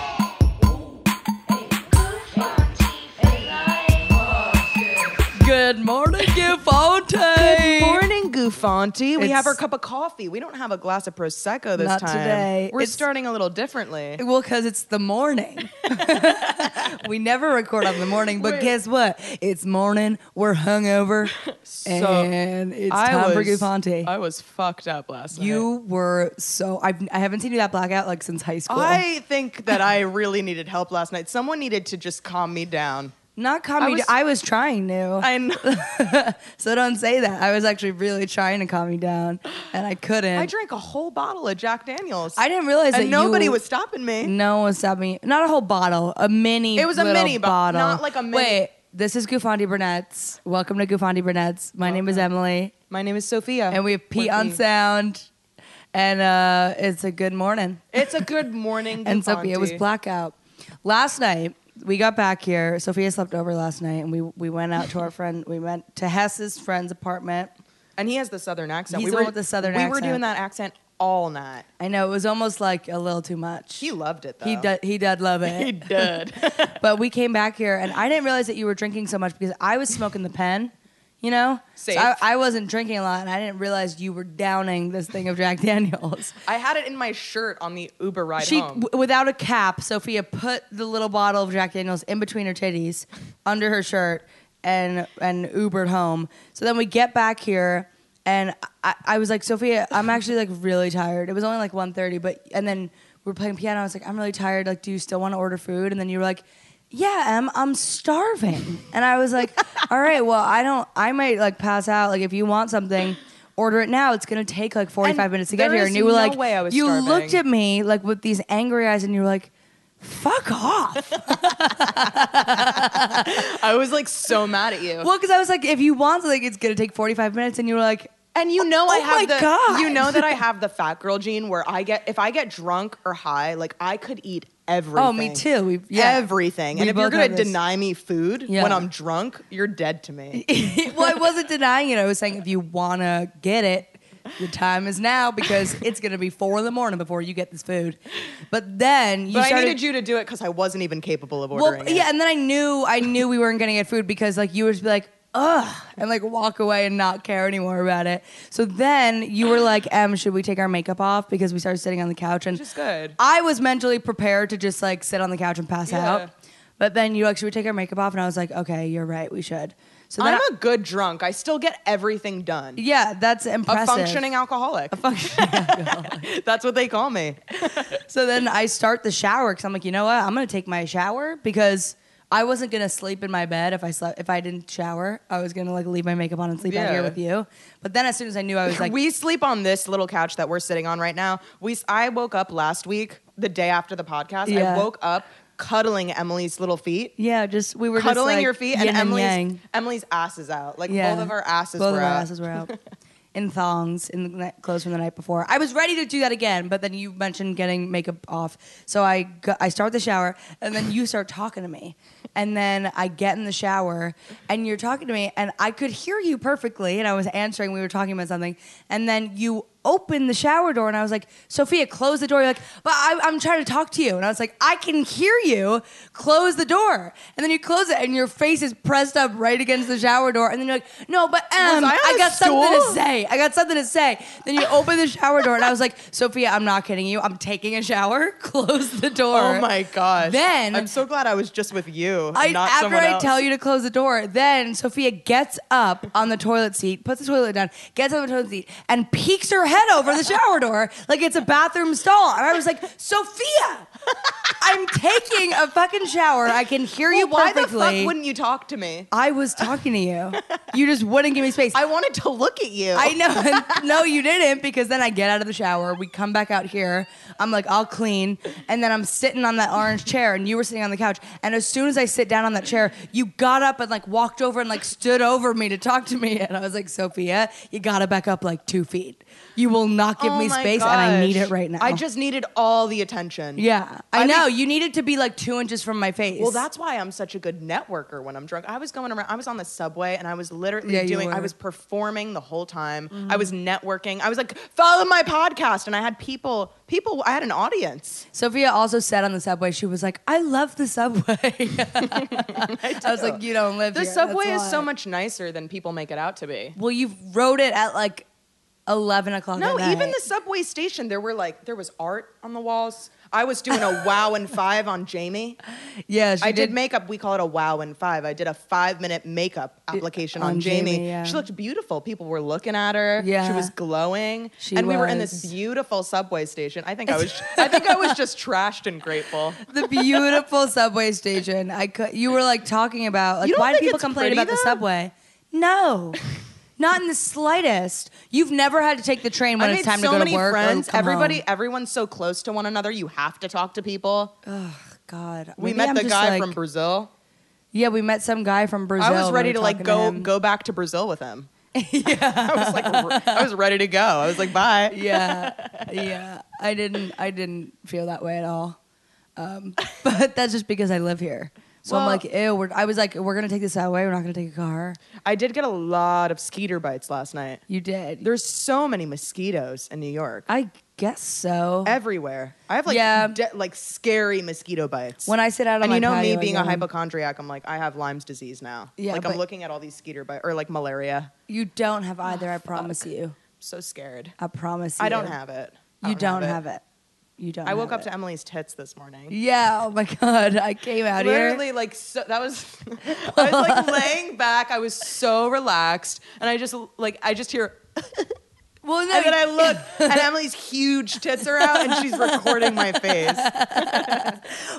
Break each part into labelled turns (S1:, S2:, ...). S1: Good morning, Gufante.
S2: Good morning, Goofanti. We
S1: It's-
S2: have our cup of coffee. We don't have a glass of prosecco this
S1: Not
S2: time.
S1: today.
S2: We're
S1: It's-
S2: starting a little differently.
S1: Well, because it's the morning. we never record on the morning, but guess what? It's morning. We're hungover, and it's time for Gufante.
S2: I was fucked up last night.
S1: you were so I've, I haven't seen you that blackout like since high school.
S2: I think that I really needed help last night. Someone needed to just calm me down.
S1: Not
S2: I
S1: calming. I
S2: was-
S1: was, I was trying to.
S2: I know.
S1: so don't say that. I was actually really trying to calm you down, and I couldn't.
S2: I drank a whole bottle of Jack Daniels.
S1: I didn't realize that
S2: and nobody
S1: you-
S2: was stopping me.
S1: No one was stopping you. Not a whole bottle, a mini.
S2: It was a
S1: little
S2: mini bo-
S1: bottle,
S2: not like a mini-
S1: Wait, this is Gufandi Burnett's. Welcome to Gufandi Burnett's. My name is Emily,
S2: My name is Sophia.
S1: and we have Pete
S2: With
S1: on
S2: me.
S1: sound, and uh, it's a good morning.
S2: It's a good morning.
S1: And Sophia was
S2: Gufante.
S1: blackout last night. We got back here. Sophia slept over last night, and we we went out to our friend. We went to Hess's friend's apartment.
S2: And he has the southern accent.
S1: He's
S2: we
S1: the
S2: were
S1: one with the southern
S2: We were
S1: accent.
S2: doing that accent all night.
S1: I know it was almost like a little too much.
S2: He loved it though.
S1: He did. He did love it.
S2: He did.
S1: But we came back here, and I didn't realize that you were drinking so much because I was smoking the pen, you know?
S2: Safe.
S1: So I, I wasn't drinking a lot, and I didn't realize you were downing this thing of Jack Daniels.
S2: I had it in my shirt on the Uber ride
S1: She,
S2: home.
S1: w- without a cap, Sophia put the little bottle of Jack Daniels in between her titties, under her shirt, and and Ubered home. So then we get back here, and I, I was like, Sophia, I'm actually like really tired. It was only like 1.30, but and then we were playing piano. I was like, I'm really tired. Like, do you still want to order food? And then you were like. Yeah, Em, I'm starving. And I was like, all right, well, I don't, I might like pass out. Like, if you want something, order it now. It's going to take like 45
S2: And
S1: minutes to get
S2: there
S1: here.
S2: is
S1: And you were
S2: no
S1: like,
S2: way I was
S1: you
S2: starving.
S1: looked at me like with these angry eyes and you were like, fuck off.
S2: I was like so mad at you.
S1: well, because I was like, if you want something, it's going to take 45 minutes. And you were like,
S2: and you know I
S1: Oh
S2: have
S1: my
S2: the
S1: God.
S2: you know that I have the fat girl gene where I get if I get drunk or high, like I could eat everything.
S1: Oh, me too. We- yeah.
S2: Everything.
S1: We
S2: and if you're
S1: both
S2: gonna
S1: have this.
S2: deny me food
S1: Yeah.
S2: when I'm drunk, you're dead to me.
S1: well, I wasn't denying it. I was saying, if you want to get it, the time is now because it's going to be four in the morning before you get this food. But then you
S2: but I
S1: started.
S2: needed you to do it because I wasn't even capable of ordering
S1: well,
S2: it.
S1: yeah. And then I knew, I knew we weren't going to get food because like you would just be like, ugh, and like walk away and not care anymore about it. So then you were like, Em, should we take our makeup off? Because we started sitting on the couch and
S2: Which is good.
S1: I was mentally prepared to just like sit on the couch and pass
S2: Yeah.
S1: out. But then you like, should we take our makeup off? And I was like, okay, you're right, we should. So then,
S2: I'm
S1: I-
S2: a good drunk. I still get everything done.
S1: yeah, that's
S2: a
S1: impressive.
S2: functioning alcoholic. That's what they call me.
S1: so then I start the shower because I'm like, you know what? I'm gonna take my shower because I wasn't gonna sleep in my bed if I slept if I didn't shower. I was gonna like leave my makeup on and sleep out
S2: Yeah.
S1: here with you. But then as soon as I knew, I was like,
S2: we sleep on this little couch that we're sitting on right now. We s- I woke up last week, the day after the podcast.
S1: Yeah.
S2: I woke up cuddling Emily's little feet.
S1: yeah, just we were
S2: Cuddling
S1: just, like,
S2: your feet and
S1: yin
S2: Emily's
S1: yang.
S2: Emily's ass is out. Like both of our asses
S1: both
S2: were
S1: of our
S2: out.
S1: asses were out in thongs in the night, clothes from the night before. I was ready to do that again, but then you mentioned getting makeup off, so I go, I start the shower, and then you start talking to me, and then I get in the shower, and you're talking to me, and I could hear you perfectly, and I was answering. We were talking about something, and then you. opened the shower door and I was like, Sophia, close the door. You're like, but I, I'm trying to talk to you. And I was like, I can hear you. Close the door. And then you close it and your face is pressed up right against the shower door. And then you're like, no, but um,
S2: I on
S1: I
S2: a
S1: got something to
S2: stool?
S1: say. I got something to say. Then you open the shower door, and I was like, Sophia, I'm not kidding you. I'm taking a shower. Close the door.
S2: Oh my gosh.
S1: Then-
S2: I'm so glad I was just with you. and
S1: I,
S2: not
S1: after
S2: someone
S1: I
S2: else.
S1: tell you to close the door, then Sophia gets up on the toilet seat, puts the toilet down, gets on the toilet seat, and peeks her head over the shower door like it's a bathroom stall. And I was like, Sophia, I'm taking a fucking shower. I can hear
S2: Well,
S1: you
S2: why
S1: perfectly.
S2: the fuck wouldn't you talk to me?
S1: I was talking to you. You just wouldn't give me space.
S2: I wanted to look at you.
S1: I know. no, you didn't because then I get out of the shower. We come back out here. I'm like, I'll clean. And then I'm sitting on that orange chair and you were sitting on the couch. And as soon as I sit down on that chair, you got up and like walked over and like stood over me to talk to me. And I was like, Sophia, you got to back up like two feet. You will not give
S2: Oh
S1: me
S2: my
S1: space and I need
S2: gosh.
S1: it right now.
S2: I just needed all the attention.
S1: Yeah,
S2: I,
S1: I
S2: think
S1: no, you needed to be like two inches from my face.
S2: Well, that's why I'm such a good networker when I'm drunk. I was going around, I was on the subway and I was literally
S1: Yeah, you
S2: doing, I
S1: were. Mm-hmm.
S2: was performing the whole time. I was networking. I was like, follow my podcast. And I had people, people, I had an audience.
S1: Sophia also said on the subway, she was like, "I love the subway." I, was like, "You don't live
S2: The
S1: here.
S2: subway
S1: That's
S2: is so
S1: why."
S2: much nicer than people make it out to be.
S1: Well, you rode it at like eleven o'clock.
S2: No,
S1: at
S2: even
S1: night.
S2: the subway station, there were like, there was art on the walls. I was doing a wow and five on Jamie.
S1: Yeah, she
S2: I did makeup. We call it a wow in five. I did a five minute makeup application on,
S1: on
S2: Jamie.
S1: Jamie, yeah.
S2: She looked beautiful. People were looking at her. She
S1: Yeah.
S2: was glowing.
S1: She
S2: and we were in this
S1: was.
S2: beautiful subway station. I think I was I think I was just trashed and grateful.
S1: the beautiful subway station. I could, you were like talking about
S2: You
S1: like
S2: don't
S1: why do
S2: think
S1: people
S2: it's
S1: complain
S2: pretty,
S1: about the
S2: though?
S1: subway? No. Not in the slightest. You've never had to take the train when
S2: I
S1: it's
S2: made
S1: time
S2: so
S1: to go
S2: many
S1: to work. or
S2: friends.
S1: come
S2: Everybody
S1: home.
S2: everyone's so close to one another. You have to talk to people.
S1: God,
S2: We
S1: maybe
S2: met
S1: I'm
S2: the
S1: just,
S2: guy
S1: like-
S2: from Brazil.
S1: Yeah, we met some guy from Brazil.
S2: I was
S1: We
S2: ready
S1: were
S2: to like
S1: talking
S2: go
S1: him.
S2: go back to Brazil with him. yeah. I was like re- I was ready to go. I was like bye.
S1: yeah, yeah. I didn't. I didn't feel that way at all. Um, but that's just because I live here. So I'm
S2: Well-
S1: like, ew. We're, I was like, we're gonna take this subway. We're not gonna take a car.
S2: I did get a lot of skeeter bites last night.
S1: You did.
S2: There's so many mosquitoes in New York.
S1: I guess so.
S2: Everywhere. I have like
S1: Yeah.
S2: de- like scary mosquito bites.
S1: When I sit out on
S2: and
S1: my
S2: you know
S1: patio,
S2: me
S1: I
S2: being
S1: get
S2: a
S1: 'em.
S2: hypochondriac, I'm like I have Lyme's disease now.
S1: Yeah,
S2: like I'm
S1: but-
S2: looking at all these skeeter bites or like malaria.
S1: You don't have either. I promise you.
S2: I'm so scared.
S1: I promise you.
S2: Ah, I don't have it. I
S1: You don't have it. You don't.
S2: I woke
S1: have
S2: up
S1: it.
S2: to Emily's tits this morning.
S1: Yeah. Oh my god. I came out
S2: Literally,
S1: here.
S2: like so, that was. I was like laying back. I was so relaxed, and I just like I just hear.
S1: Well, no,
S2: And then I look, and Emily's huge tits are out, and she's recording my face.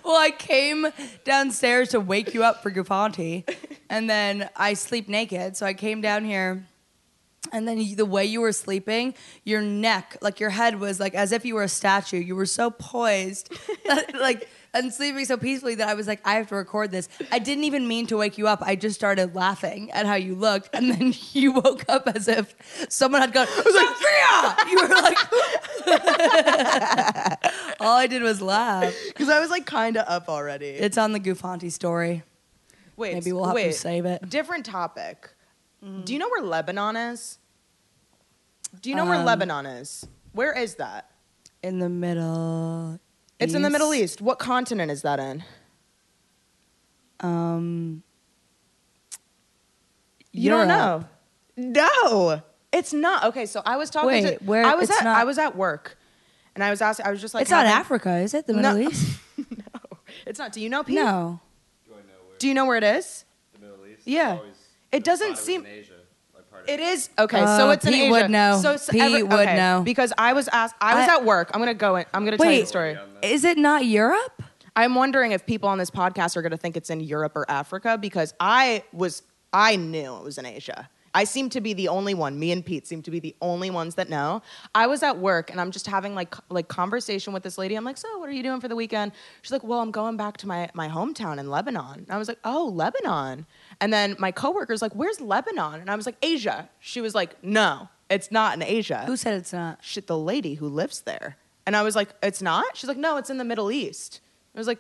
S1: Well, I came downstairs to wake you up for Gufanti, and then I sleep naked. So I came down here, and then you, the way you were sleeping, your neck, like your head, was like as if you were a statue. You were so poised, that, like and sleeping so peacefully that I was like, I have to record this. I didn't even mean to wake you up. I just started laughing at how you looked, and then you woke up as if someone had gone. I was like, Sophia! You were like. All I did was laugh.
S2: Because I was like kind of up already.
S1: It's on the Gufanti story.
S2: wait,
S1: maybe we'll have to
S2: wait,
S1: save it.
S2: Different topic. Do you know where Lebanon is? Do you know
S1: Um,
S2: where Lebanon is? Where is that?
S1: In the middle.
S2: It's in the Middle East. What continent is that in?
S1: Um,
S2: You
S1: Europe.
S2: don't know. No, it's not. Okay, so I was talking
S1: Wait,
S2: to
S1: where-
S2: I was
S1: it's
S2: at
S1: not-
S2: I was at work, and I was asking. I was just like,
S1: it's not
S2: having-
S1: Africa, is it? The
S2: No.
S1: Middle East?
S2: no, it's not. Do you know? Pete?
S1: No.
S3: Do I know where
S2: Do you know where it is?
S3: the Middle East?
S2: Yeah.
S3: I always
S2: It
S3: just
S2: doesn't
S3: thought was
S2: seem-
S3: in Asia, like part of
S2: It is okay.
S1: Uh,
S2: so it's in
S1: Pete
S2: Asia.
S1: would know.
S2: So it's
S1: Pete
S2: every-
S1: would
S2: okay,
S1: know.
S2: because I was asked. I was
S1: I-
S2: at work. I'm gonna go. In, I'm gonna tell you
S1: Wait,
S2: the story.
S1: is it not Europe?
S2: I'm wondering if people on this podcast are going to think it's in Europe or Africa because I was I knew it was in Asia. I seem to be the only one. Me and Pete seem to be the only ones that know. I was at work and I'm just having like like conversation with this lady. I'm like, so what are you doing for the weekend? She's like, well, I'm going back to my my hometown in Lebanon. And I was like, oh, Lebanon. And then my coworker's like, where's Lebanon? And I was like, Asia. She was like, no, it's not in Asia
S1: Who said it's not?
S2: shit, the lady who lives there. And I was like, it's not? She's like, no, it's in the Middle East. I was like,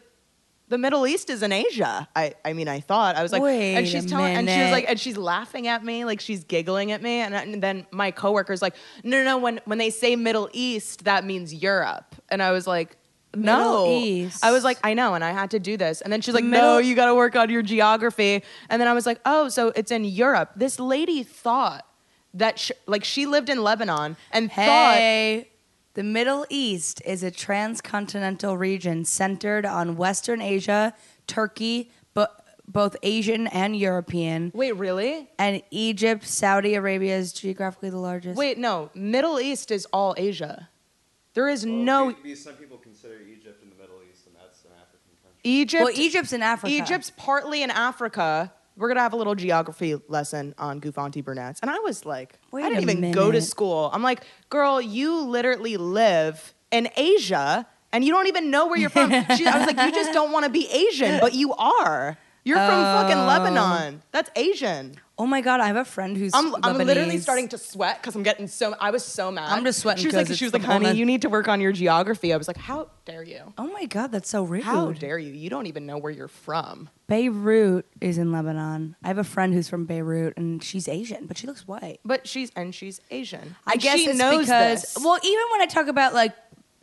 S2: the Middle East is in Asia. I, I mean, I thought. I was like,
S1: Wait
S2: and she's
S1: a
S2: telling, and she was
S1: minute.
S2: like, and she's laughing at me, like she's giggling at me. And, and then my coworker's like, no, no, no, when, when they say Middle East, that means Europe. And I was like, no.
S1: Middle East.
S2: I was like, I know, and I had to do this. And then she's like, no,
S1: Middle-
S2: you got to work on your geography. And then I was like, oh, so it's in Europe. This lady thought that, sh- like, she lived in Lebanon and thought
S1: Hey. The Middle East is a transcontinental region centered on Western Asia, Turkey, but both Asian and European,
S2: Wait, really?
S1: and Egypt, Saudi Arabia is geographically the largest.
S2: Wait, no. Middle East is all Asia. There is
S3: Well,
S2: no
S3: maybe some people consider Egypt in the Middle East, and that's an African country.
S2: Egypt.
S1: Well, Egypt's in Africa.
S2: Egypt's partly in Africa. We're gonna have a little geography lesson on Gufanti Burnett's, and I was like,
S1: Wait
S2: I didn't
S1: a
S2: even go to
S1: minute.
S2: school. I'm like, girl, you literally live in Asia, and you don't even know where you're from. she, I was like, you just don't want to be Asian, but you are. You're from fucking Lebanon. That's Asian.
S1: Oh my god, I have a friend who's
S2: I'm, I'm literally
S1: Lebanese.
S2: starting to sweat because I'm getting so. I was so mad.
S1: I'm just sweating
S2: She was
S1: 'cause
S2: like,
S1: it's
S2: she was
S1: the
S2: like, honey,
S1: moment."
S2: you need to work on your geography. I was like, how dare you?
S1: Oh my god, that's so rude.
S2: How dare you? You don't even know where you're from.
S1: Beirut is in Lebanon. I have a friend who's from Beirut, and she's Asian, but she looks white.
S2: But she's and she's Asian.
S1: I
S2: And
S1: guess
S2: she
S1: it's
S2: knows
S1: because
S2: this.
S1: well, even when I talk about like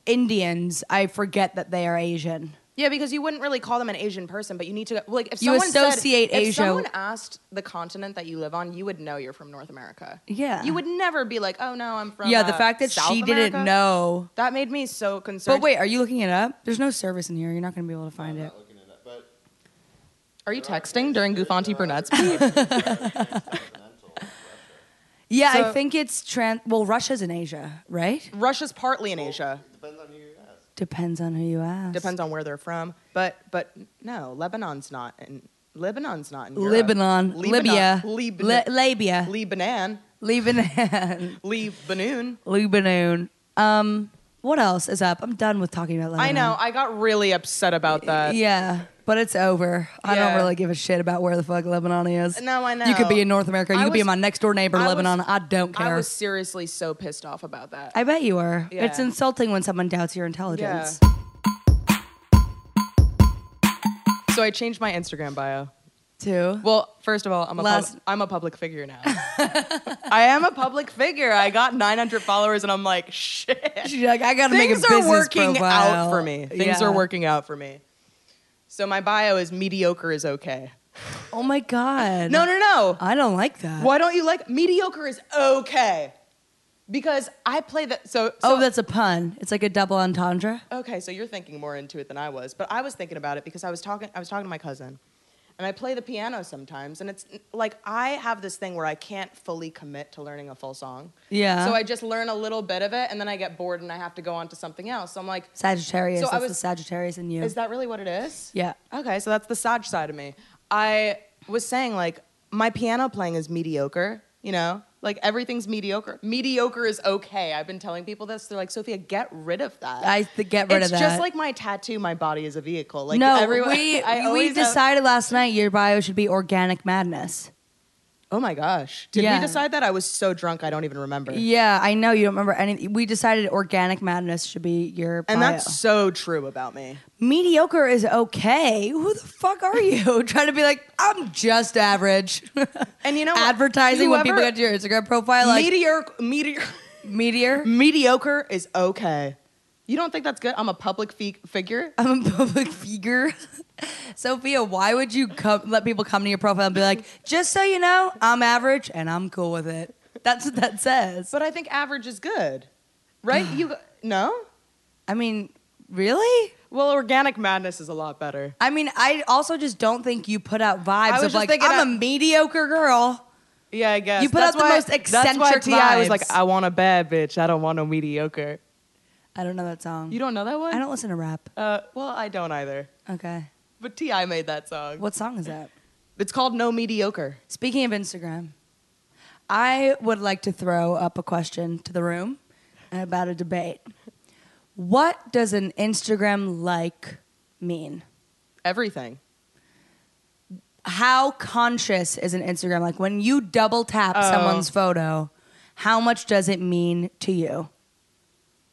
S1: Indians, I forget that they are Asian.
S2: Yeah, because you wouldn't really call them an Asian person, but you need to like if
S1: You
S2: someone said-
S1: associate Asia-
S2: If someone asked the continent that you live on, you would know you're from North America.
S1: Yeah.
S2: you would never be like, oh no, I'm from.
S1: yeah, the
S2: uh,
S1: fact that
S2: South
S1: she
S2: America."
S1: didn't know.
S2: that made me so concerned.
S1: But wait, are you looking it up? There's no service in here. You're not going to be able to find it.
S3: I'm not looking it up, but
S2: are you texting during Gufanti Burnett's?
S3: continental Russia.
S1: Yeah, I
S2: So-
S1: think it's trans. Well, Russia's in Asia, right?
S2: Russia's partly in Asia.
S3: It depends on who you ask.
S1: Depends on who you ask.
S2: Depends on where they're from. But but no, Lebanon's not in Lebanon's not in Europe.
S1: Lebanon, Libya,
S2: Lebanon,
S1: Le- Labia,
S2: Lebanon,
S1: Lebanon,
S2: Lebanon.
S1: Lebanon. Um, what else is up? I'm done with talking about Lebanon.
S2: I know. I got really upset about that.
S1: yeah, but it's over. I
S2: Yeah.
S1: don't really give a shit about where the fuck Lebanon is.
S2: No, I know.
S1: You could be in North America. You
S2: I
S1: could be
S2: was-
S1: in my next door neighbor,
S2: I was-
S1: Lebanon. I don't care.
S2: I
S1: I,
S2: was seriously so pissed off about that.
S1: bet you are.
S2: Yeah.
S1: It's insulting when someone doubts your intelligence.
S2: So I changed my Instagram bio.
S1: Too.
S2: Well, first of all, I'm a,
S1: Last-
S2: pub- I'm a public figure now. I am a public figure. I got 900 followers, and I'm like, shit.
S1: She's like, I gotta make a
S2: Things are
S1: business
S2: working
S1: profile.
S2: out for me. Things
S1: Yeah.
S2: are working out for me. So my bio is mediocre is okay.
S1: Oh my god.
S2: No, no, no.
S1: I don't like that.
S2: Why don't you like mediocre is okay? Because I play that. So, so
S1: oh, that's a pun. It's like a double entendre.
S2: Okay, so you're thinking more into it than I was, but I was thinking about it because I was talking I was talking to my cousin. And I play the piano sometimes and it's like I have this thing where I can't fully commit to learning a full song.
S1: Yeah.
S2: So I just learn a little bit of it and then I get bored and I have to go on to something else. So I'm like,
S1: Sagittarius.
S2: So I
S1: that's the
S2: was-
S1: Sagittarius in you.
S2: is that really what it is?
S1: yeah.
S2: Okay, so that's the Saj side of me. I was saying like my piano playing is mediocre, you know? Like everything's mediocre. Mediocre is okay. I've been telling people this. They're like, Sophia, get rid of that
S1: I th- get rid
S2: it's
S1: of that.
S2: just like my tattoo. My body is a vehicle. Like
S1: no,
S2: everyone,
S1: we
S2: I
S1: we
S2: always have-
S1: decided last night your bio should be organic madness.
S2: oh my gosh, did
S1: Yeah.
S2: we decide that? I was so drunk, I don't even remember.
S1: Yeah, I know you don't remember anything. We decided organic madness should be your bio.
S2: And that's so true about me.
S1: mediocre is okay. Who the fuck are you? Trying to be like I'm just average.
S2: And you know what?
S1: advertising when people
S2: Whoever-
S1: get to your Instagram profile like
S2: meteor, meteor,
S1: meteor.
S2: mediocre is okay. You don't think that's good? I'm a public fi- figure.
S1: I'm a public figure. Sophia, why would you come, let people come to your profile and be like, just so you know, I'm average and I'm cool with it? That's what that says.
S2: But I think average is good, right? you no?
S1: I mean, really?
S2: Well, organic madness is a lot better.
S1: I mean, I also just don't think you put out vibes
S2: was
S1: of
S2: just
S1: like, I'm
S2: thinking
S1: a
S2: I-
S1: mediocre girl.
S2: Yeah, I guess
S1: You put
S2: that's
S1: out the
S2: why,
S1: most
S2: That's why
S1: eccentric
S2: Ti was like,
S1: vibes.
S2: I want a bad bitch. I don't want a mediocre.
S1: I don't know that song.
S2: You don't know that one?
S1: I don't listen to rap.
S2: Uh, well, I don't either.
S1: Okay.
S2: But Ti made that song.
S1: What song is that?
S2: It's called No Mediocre.
S1: Speaking of Instagram, I would like to throw up a question to the room about a debate. What does an Instagram like mean?
S2: Everything.
S1: How conscious is an Instagram like? When you double tap someone's photo, how much does it mean to you?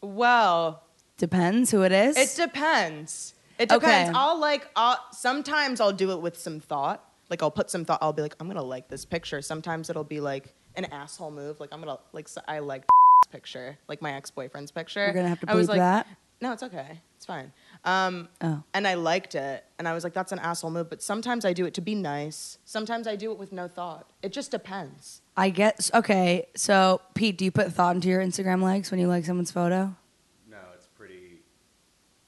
S2: Well,
S1: Depends who it is.
S2: it depends. It
S1: Okay.
S2: depends. I'll like. I'll, sometimes I'll do it with some thought. Like I'll put some thought. I'll be like, I'm gonna like this picture. Sometimes it'll be like an asshole move. Like I'm gonna like. So I like this picture. Like my ex boyfriend's picture.
S1: You're gonna have to
S2: I was
S1: bleep
S2: like,
S1: that?
S2: No, it's okay. It's fine. Um,
S1: Oh.
S2: And I liked it. And I was like, that's an asshole move. But sometimes I do it to be nice. Sometimes I do it with no thought. It just depends.
S1: I guess. Okay. So, Pete, do you put thought into your Instagram likes when you like someone's photo?
S3: No, it's pretty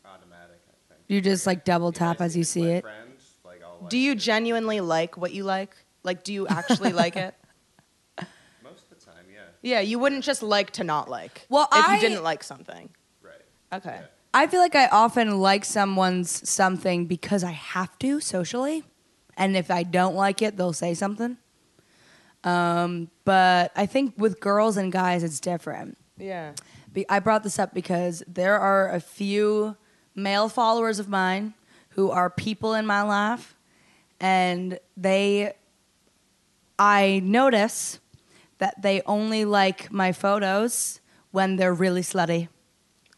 S3: automatic. I think.
S1: You just like double tap as you see it?
S2: Do you genuinely like what you like? Like, do you actually like it?
S3: Most of the time, yeah.
S2: Yeah, you wouldn't just like to not like.
S1: Well,
S2: if
S1: I-
S2: you didn't like something.
S3: Right.
S2: Okay.
S1: I feel like I often like someone's something because I have to socially. And if I don't like it, they'll say something. Um, but I think with girls and guys, it's different.
S2: Yeah.
S1: Be- I brought this up because there are a few male followers of mine who are people in my life, and they I notice that they only like my photos when they're really slutty.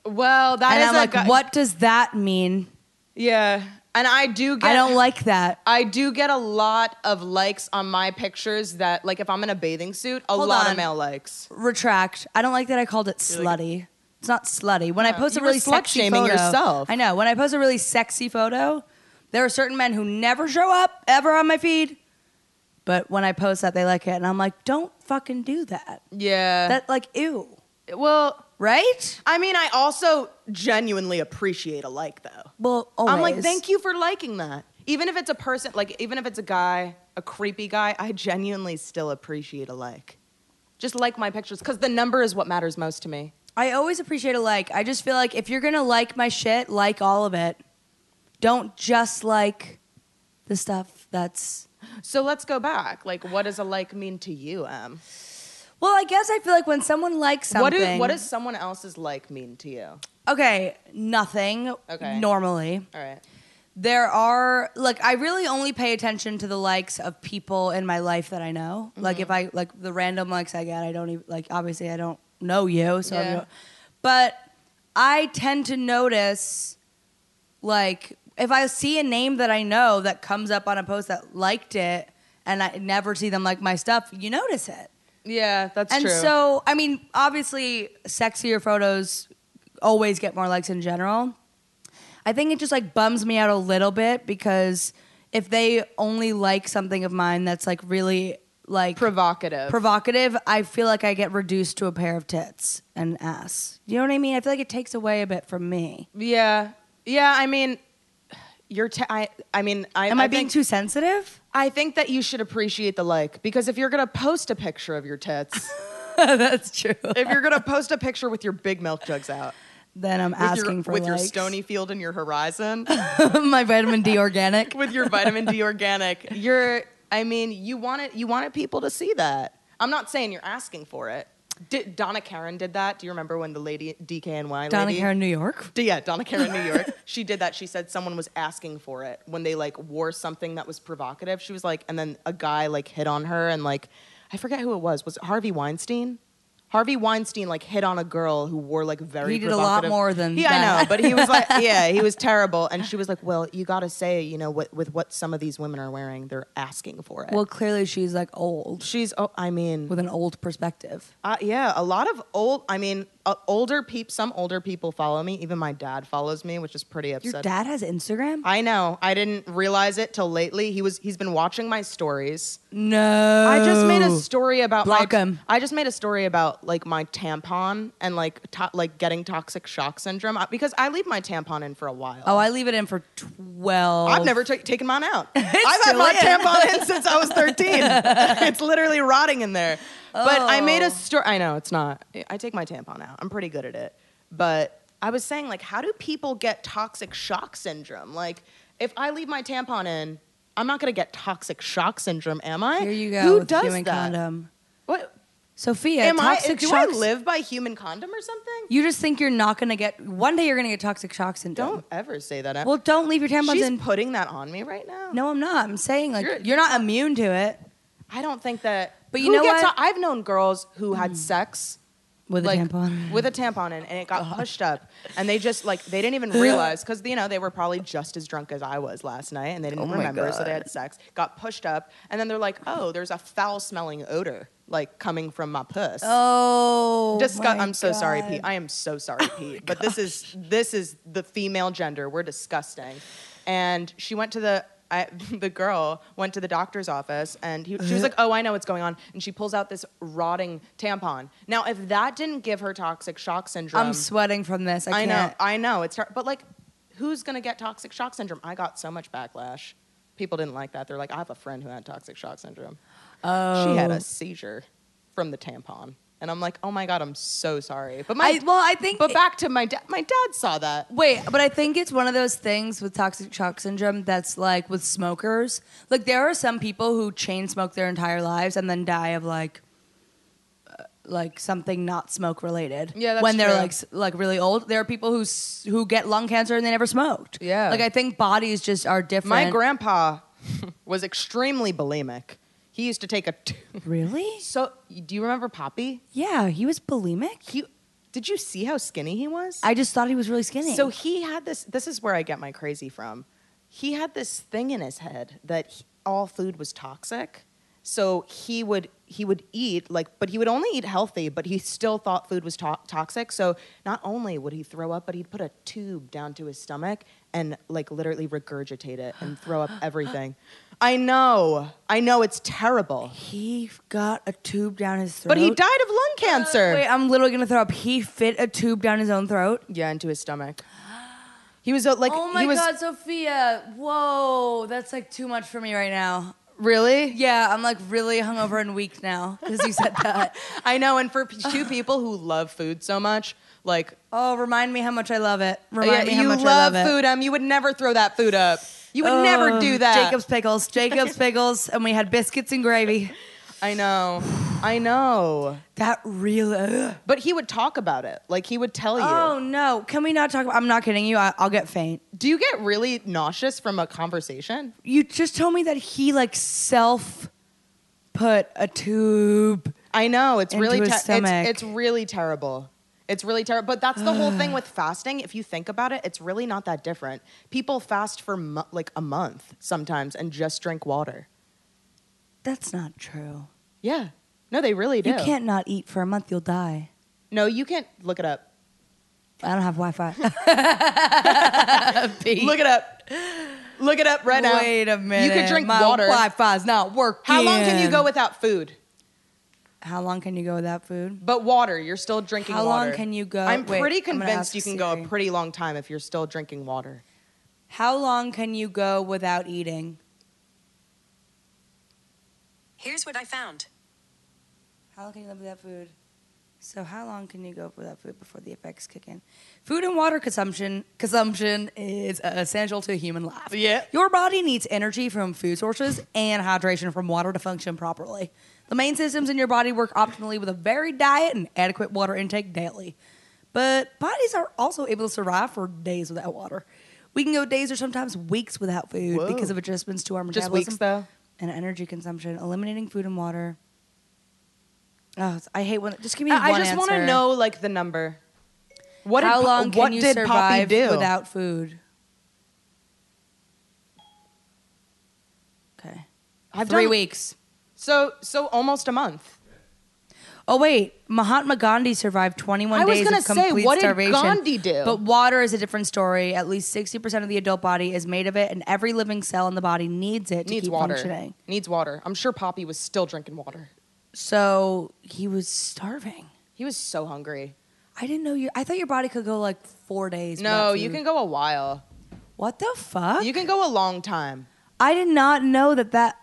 S2: Well, that
S1: and
S2: is
S1: I'm
S2: a
S1: like,
S2: gu-
S1: what does that mean?
S2: Yeah, and I do get.
S1: I don't like that.
S2: I do get a lot of likes on my pictures that, like, if I'm in a bathing suit, a
S1: Hold
S2: lot
S1: on.
S2: of male likes.
S1: Retract. I don't like that I called it
S2: You're like-
S1: slutty. it's not slutty. When I
S2: No,
S1: post a
S2: you were
S1: really sexy
S2: slut-shaming
S1: photo,
S2: yourself.
S1: I know. When I post a really sexy photo, there are certain men who never show up ever on my feed. But when I post that, they like it, and I'm like, don't fucking do that.
S2: Yeah.
S1: That like, ew,
S2: well,
S1: right?
S2: I mean, I also genuinely appreciate a like, though.
S1: Well, always.
S2: I'm like, thank you for liking that. Even if it's a person, like, even if it's a guy, a creepy guy, I genuinely still appreciate a like. Just like my pictures, because the number is what matters most to me.
S1: I always appreciate a like. I just feel like if you're gonna like my shit, like all of it. Don't just like the stuff that's.
S2: So let's go back. Like, what does a like mean to you, Em?
S1: Well, I guess I feel like when someone likes something.
S2: What, do, what does someone else's like mean to you? All
S1: Okay, nothing.
S2: Okay.
S1: Normally,
S2: right.
S1: there are like I really only pay attention to the likes of people in my life that I know. Like if I
S2: Mm-hmm.
S1: like the random likes I get, I don't even like. Obviously, I don't know you, so. I
S2: Yeah.
S1: don't- but I tend to notice, like if I see a name that I know that comes up on a post that liked it, and I never see them like my stuff, you notice it.
S2: Yeah, that's
S1: And
S2: true.
S1: so, I mean, obviously, sexier photos always get more likes in general. I think it just like bums me out a little bit because if they only like something of mine that's like really like
S2: provocative.
S1: provocative, I feel like I get reduced to a pair of tits and ass. You know what I mean? I feel like it takes away a bit from me.
S2: yeah, yeah. I mean, you're. T- I. I mean, I.
S1: Am I,
S2: I
S1: being
S2: think,
S1: too sensitive?
S2: I think that you should appreciate the like because if you're gonna post a picture of your tits,
S1: that's true.
S2: if you're gonna post a picture with your big milk jugs out,
S1: Then I'm
S2: with
S1: asking
S2: your
S1: for
S2: with your
S1: likes.
S2: stony field and your horizon,
S1: my vitamin D organic.
S2: with your vitamin D organic, you're. I mean, you wanted you wanted people to see that. I'm not saying you're asking for it. Did, Donna Karen did that. Do you remember when the lady DKNY
S1: Donna
S2: lady?
S1: here in New York.
S2: D- Yeah, Donna Karen, New York. She did that. She said someone was asking for it when they like wore something that was provocative. She was like, and then a guy like hit on her and like, I forget who it was. Was it Harvey Weinstein? Harvey Weinstein like hit on a girl who wore like very.
S1: He did a lot
S2: provocative-
S1: more than
S2: Yeah, I know,
S1: that.
S2: but he was like, yeah, he was terrible. And she was like, well, you got to say, you know, what with what some of these women are wearing, they're asking for it.
S1: Well, clearly she's like old.
S2: she's. Oh, I mean,
S1: with an old perspective.
S2: Uh, yeah, a lot of old. I mean, uh, older people. Some older people follow me. Even my dad follows me, which is pretty upsetting.
S1: Your dad has Instagram?
S2: I know. I didn't realize it till lately. He was. He's been watching my stories.
S1: no.
S2: I just made a story about
S1: Oh. Block
S2: my.
S1: 'em.
S2: I just made a story about like my tampon and like to, like getting toxic shock syndrome uh, because I leave my tampon in for a while.
S1: Oh, I leave it in for 12.
S2: I've never ta- taken mine out. I've had
S1: still
S2: my
S1: in.
S2: tampon in since I was 13. it's literally rotting in there. But I made
S1: Oh.
S2: a story. I know it's not. I take my tampon out. I'm pretty good at it. But I was saying, like, how do people get toxic shock syndrome? Like, if I leave my tampon in, I'm not going to get toxic shock syndrome, am I?
S1: Here you go.
S2: Who
S1: with
S2: does
S1: human
S2: that?
S1: condom.
S2: What?
S1: Sophia,
S2: am I?
S1: toxic
S2: Do
S1: shock.
S2: I live by human condom or something?
S1: You just think you're not going to get, one day you're going to get toxic shock syndrome.
S2: don't ever say that.
S1: Well, don't leave your tampons
S2: She's
S1: in.
S2: putting that on me right now.
S1: no, I'm not. I'm saying like, you're,
S2: You're-
S1: not immune to it
S2: I don't think that.
S1: But you
S2: Who
S1: know
S2: gets
S1: what? Mm.
S2: on- I've known girls who had sex
S1: with
S2: like,
S1: a tampon. Uh-huh.
S2: with a tampon in, and it got pushed up, and they just like they didn't even realize because you know they were probably just as drunk as I was last night, and they didn't
S1: Oh my
S2: remember, so they
S1: God.
S2: had sex, got pushed up, and then they're like, oh, there's a foul smelling odor like coming from my puss.
S1: oh.
S2: Disgu-
S1: my
S2: I'm so sorry,
S1: God.
S2: Pete.
S1: Oh
S2: I am so sorry, Pete. but this is this is the female gender. We're disgusting. And she went to the I, the girl went to the doctor's office, and he, she was like, "Oh, I know what's going on." And she pulls out this rotting tampon. Now, if that didn't give her toxic shock syndrome,
S1: I'm sweating from this. I,
S2: Um, I
S1: can't.
S2: know, I know. It's hard, but like, who's gonna get toxic shock syndrome? I got so much backlash. People didn't like that. They're like, "I have a friend who had toxic shock syndrome."
S1: Oh.
S2: She had a seizure from the tampon. And I'm like, oh my God, I'm so sorry. But my
S1: I, well, I think.
S2: but back to my dad my dad saw that.
S1: Wait, but I think it's one of those things with toxic shock syndrome that's like with smokers. Like there are some people who chain smoke their entire lives and then die of like uh, like something not smoke related.
S2: Yeah, that's
S1: when they're
S2: true.
S1: like s- like really old, there are people who s- who get lung cancer and they never smoked.
S2: Yeah.
S1: like I think bodies just are different.
S2: My grandpa was extremely bulimic. He used to take a. T-
S1: Really?
S2: so, do you remember Poppy?
S1: Yeah, he was bulimic.
S2: He did you see how skinny he was?
S1: I just thought he was really skinny.
S2: So he had this. This is where I get my crazy from. He had this thing in his head that he- all food was toxic. So he would he would eat like, but he would only eat healthy. But he still thought food was to- toxic. So not only would he throw up, but he'd put a tube down to his stomach and like literally regurgitate it and throw up everything. I know, I know, it's terrible.
S1: he got a tube down his throat.
S2: But he died of lung cancer.
S1: Wait, I'm literally gonna throw up. He fit a tube down his own throat.
S2: yeah, into his stomach. He was uh, like,
S1: Oh my
S2: he was,
S1: god, Sophia! Whoa, that's like too much for me right now.
S2: really?
S1: Yeah, I'm like really hungover and weak now because you said that.
S2: I know, and for p- two people who love food so much, like
S1: Oh, remind me how much I love it. Remind
S2: Oh, yeah,
S1: me how
S2: you
S1: much
S2: love,
S1: I love it.
S2: food, um, you would never throw that food up. You would never
S1: Oh,
S2: do that.
S1: Jacob's pickles, Jacob's pickles, and we had biscuits and gravy.
S2: I know, I know.
S1: That really. ugh.
S2: But he would talk about it, like he would tell you.
S1: Oh no! Can we not talk about? I'm not kidding you. I, I'll get faint.
S2: Do you get really nauseous from a conversation?
S1: You just told me that he like self put a tube.
S2: I know it's
S1: Into
S2: really
S1: his
S2: ter-
S1: stomach.
S2: It's, it's really terrible. It's really terrible. But that's the whole thing with fasting. If you think about it, it's really not that different. People fast for mo- like a month sometimes and just drink water.
S1: That's not true.
S2: Yeah. No, they really do.
S1: You can't not eat for a month. You'll die.
S2: No, you can't look it up.
S1: I don't have Wi-Fi.
S2: Look it up. Look it up right now.
S1: Wait a minute.
S2: You could drink
S1: My
S2: water.
S1: Wi-Fi's not working.
S2: How long can you go without food?
S1: How long can you go without food?
S2: But water, you're still drinking
S1: How long
S2: water.
S1: can you go-
S2: I'm
S1: Wait,
S2: pretty
S1: I'm gonna
S2: convinced
S1: ask
S2: you can go a
S1: Siri.
S2: pretty long time if you're still drinking water.
S1: How long can you go without eating?
S4: Here's what I found.
S1: How long can you live without food? So how long can you go without food before the effects kick in? Food and water consumption consumption is essential to human life.
S2: Yeah.
S1: Your body needs energy from food sources and hydration from water to function properly. The main systems in your body work optimally with a varied diet and adequate water intake daily. But bodies are also able to survive for days without water. We can go days or sometimes weeks without food
S2: Whoa.
S1: because of adjustments to our
S2: Just
S1: metabolism
S2: weeks, though?
S1: and energy consumption, eliminating food and water. Oh, it's- I hate when. Just give me
S2: I, I
S1: one
S2: just want to
S1: answer.
S2: know like the number. What
S1: how
S2: did, Po-
S1: long
S2: what
S1: can you
S2: did Poppy
S1: survive
S2: do?
S1: without food? Okay,
S2: I've
S1: three
S2: done-
S1: weeks.
S2: So so almost a month.
S1: Oh wait, Mahatma Gandhi survived 21
S2: I was
S1: days
S2: gonna
S1: of
S2: say,
S1: complete
S2: what did
S1: starvation.
S2: Gandhi do?
S1: But water is a different story. At least 60% of the adult body is made of it, and every living cell in the body needs it to
S2: Needs
S1: keep
S2: water.
S1: functioning.
S2: Needs water. I'm sure Poppy was still drinking water.
S1: So he was starving.
S2: He was so hungry.
S1: I didn't know you. I thought your body could go like four days.
S2: No,
S1: without
S2: you
S1: food.
S2: can go a while.
S1: What the fuck?
S2: You can go a long time.
S1: I did not know that that.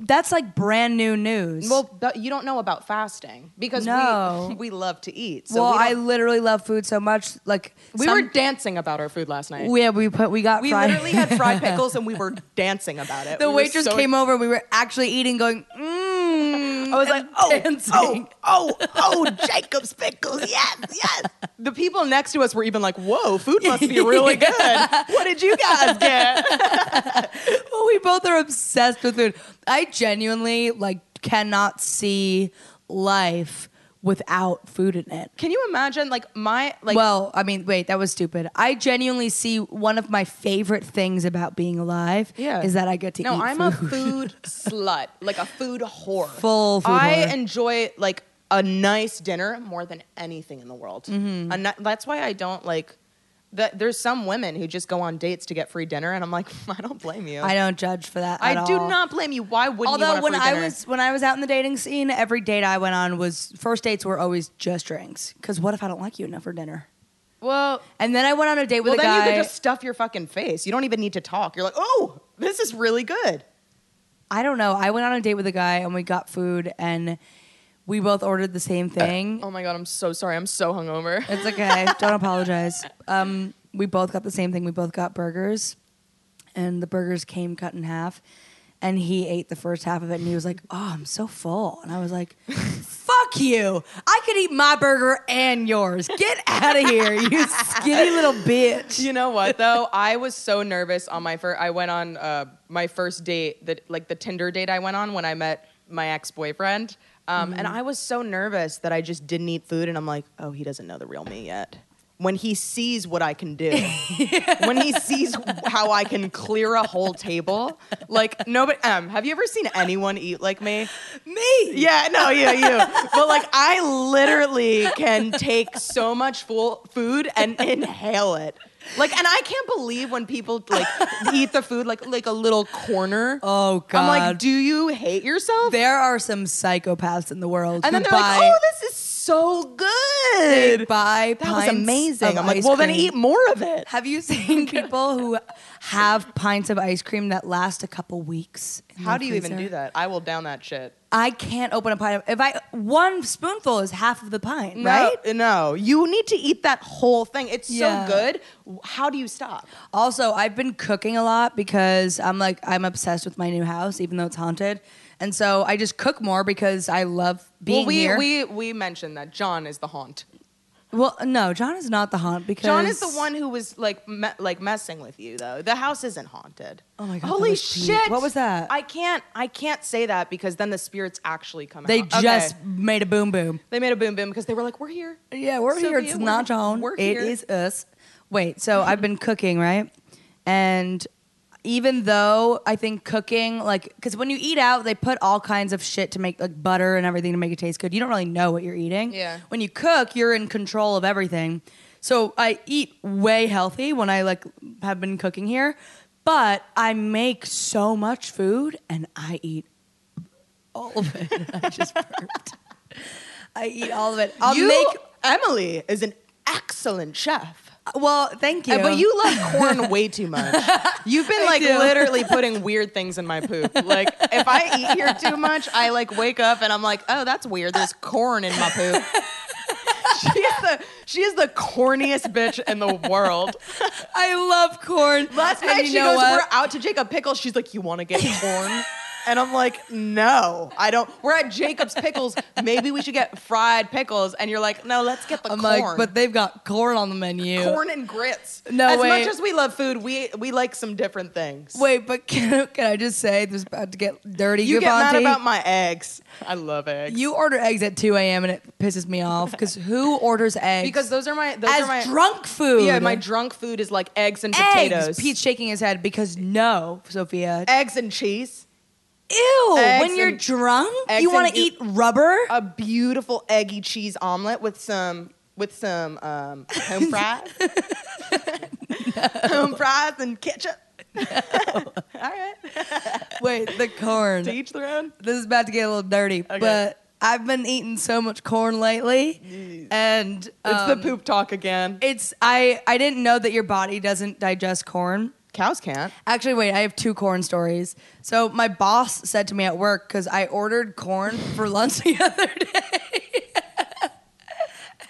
S1: That's like brand new news.
S2: Well, but you don't know about fasting because
S1: No.
S2: we we love to eat. So
S1: well,
S2: we,
S1: I
S2: don't-
S1: literally love food so much. Like
S2: we
S1: some-
S2: were dancing about our food last night.
S1: yeah, we put we got
S2: We
S1: fried.
S2: literally had fried pickles and we were dancing about it.
S1: the
S2: We were
S1: waitress
S2: so-
S1: came over. and We were actually eating, going. Mm,
S2: I was like,
S1: and
S2: oh,
S1: dancing.
S2: oh, oh, oh, Jacob's pickles, yes, yes. The people next to us were even like, whoa, food must be really good. What did you guys get?
S1: Well, oh, we both are obsessed with food. I genuinely like cannot see life without food in it.
S2: Can you imagine, like my, like,
S1: well, I mean, wait, that was stupid. I genuinely see one of my favorite things about being alive is that I get to
S2: no,
S1: eat
S2: I'm
S1: food.
S2: a food slut, like a food whore.
S1: Full food
S2: I
S1: whore.
S2: enjoy like a nice dinner more than anything in the world.
S1: Mm-hmm.
S2: A ni- that's why I don't like. That there's some women who just go on dates to get free dinner, and I'm like, I don't blame you.
S1: I don't judge for that.
S2: I
S1: at
S2: do
S1: all.
S2: not blame you. Why wouldn't you?
S1: Although
S2: want
S1: when
S2: a free
S1: I
S2: dinner?
S1: was when I was out in the dating scene, every date I went on was first dates were always just drinks. Because what if I don't like you enough for dinner?
S2: well,
S1: And then I went on a date with
S2: well,
S1: a
S2: then
S1: guy.
S2: you could just stuff your fucking face. You don't even need to talk. You're like, oh, this is really good.
S1: I don't know. I went on a date with a guy and we got food and we both ordered the same thing.
S2: Oh my god, I'm so sorry. I'm so hungover.
S1: It's okay. Don't apologize. Um, we both got the same thing. We both got burgers, and the burgers came cut in half. And he ate the first half of it, and he was like, "Oh, I'm so full." And I was like, "Fuck Fuck you. I could eat my burger and yours. Get out of here, you skinny little bitch.
S2: You know what though? I was so nervous on my first. I went on uh, my first date, that like the Tinder date I went on when I met my ex boyfriend, um, and I was so nervous that I just didn't eat food, and I'm like, oh, he doesn't know the real me yet. When he sees what I can do, when he sees how I can clear a whole table, like nobody. Um, have you ever seen anyone eat like me?
S1: Me.
S2: Yeah, no, you, you. But like, I literally can take so much full food and inhale it. Like, and I can't believe when people like eat the food like like a little corner.
S1: Oh god.
S2: I'm like, do you hate yourself?
S1: there are some psychopaths in the world.
S2: and then
S1: who
S2: they're
S1: buy,
S2: like, oh, this is so
S1: they
S2: good.
S1: buy
S2: that was
S1: pints
S2: amazing.
S1: of
S2: I'm like,
S1: ice
S2: well, then
S1: cream.
S2: eat more of it.
S1: Have you seen people who have pints of ice cream that last a couple weeks? in
S2: How
S1: their
S2: do you even
S1: freezer?
S2: do that? I will down that shit.
S1: I can't open a pint. Of, if I one spoonful is half of the pint, right?
S2: No, no, you need to eat that whole thing. It's
S1: Yeah.
S2: so good. How do you stop?
S1: Also, I've been cooking a lot because I'm like I'm obsessed with my new house, even though it's haunted. And so I just cook more because I love being
S2: well, we,
S1: here.
S2: we we mentioned that John is the haunt.
S1: well, no, John is not the haunt because
S2: John is the one who was like me- like messing with you though. The house isn't haunted.
S1: Oh my God, that
S2: Holy
S1: was Pete.
S2: shit!
S1: What was that?
S2: I can't I can't say that because then the spirits actually come
S1: They
S2: out.
S1: just
S2: Okay.
S1: made a boom boom.
S2: they made a boom boom because they were like we're here.
S1: Yeah, we're here.
S2: Sophia,
S1: It's
S2: we're-
S1: not John.
S2: we're
S1: It
S2: here.
S1: is us. Wait, so I've been cooking, right? And even though I think cooking, like, because when you eat out, they put all kinds of shit to make, like, butter and everything to make it taste good. You don't really know what you're eating.
S2: Yeah.
S1: When you cook, you're in control of everything. So I eat way healthy when I, like, have been cooking here, but I make so much food and I eat all of it. I just burped. I eat all of it. I'll
S2: you
S1: make
S2: Emily is an excellent chef.
S1: well, thank you.
S2: Uh, But you love corn way too much. You've been
S1: I
S2: like
S1: do.
S2: literally putting weird things in my poop. Like if I eat here too much, I like wake up and I'm like, oh, that's weird. There's corn in my poop. She is the she is the corniest bitch in the world.
S1: I love corn.
S2: Last
S1: And
S2: night
S1: you
S2: she
S1: know
S2: goes,
S1: what?
S2: we're out to Jacob Pickles. She's like, you want to get corn? And I'm like, no, I don't. We're at Jacob's Pickles. Maybe we should get fried pickles. And you're like, no, let's get the
S1: I'm
S2: corn.
S1: like, but they've got corn on the menu.
S2: corn and grits.
S1: No,
S2: as
S1: wait.
S2: much as we love food, we we like some different things.
S1: Wait, but can, can I just say this is about to get dirty?
S2: you get mad
S1: Gabonte?
S2: about my eggs. I love eggs.
S1: you order eggs at 2 a.m. and it pisses me off because who orders eggs?
S2: because those are my those
S1: as
S2: are my
S1: drunk food.
S2: yeah my drunk food is like eggs and
S1: eggs.
S2: potatoes,
S1: Pete's shaking his head because no, Sophia.
S2: eggs and cheese.
S1: Ew.
S2: Eggs
S1: when you're
S2: and-
S1: drunk,
S2: eggs
S1: you want
S2: and
S1: to
S2: you- Uh,
S1: eat rubber.
S2: A beautiful eggy cheese omelet with some with some um, home fries, home fries and ketchup. All right,
S1: Wait, the corn.
S2: to each their own.
S1: this is about to get a little dirty, but I've been eating so much corn lately, and
S2: It's
S1: um,
S2: the poop talk again.
S1: It's I I didn't know that your body doesn't digest corn.
S2: Cows can't.
S1: Actually, wait, I have two corn stories. So my boss said to me at work because I ordered corn for lunch the other day.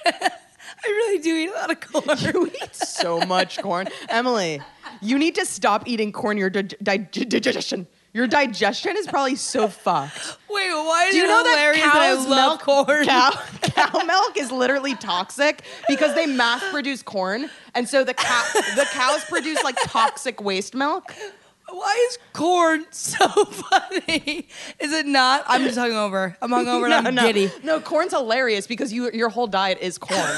S1: I really do eat a lot of corn.
S2: You eat so much corn. Emily, you need to stop eating corn. Your dig- dig- digestion. Your digestion is probably so fucked.
S1: Wait, why is
S2: Do you
S1: it
S2: know that
S1: hilarious that, I
S2: cow's
S1: love corn?
S2: Cow, cow milk is literally toxic because they mass produce corn, and so the cow, the cows produce like toxic waste milk.
S1: Why is corn so funny? Is it not? I'm just hungover. I'm hungover and I'm
S2: no,
S1: giddy.
S2: no, corn's hilarious because you your whole diet is corn.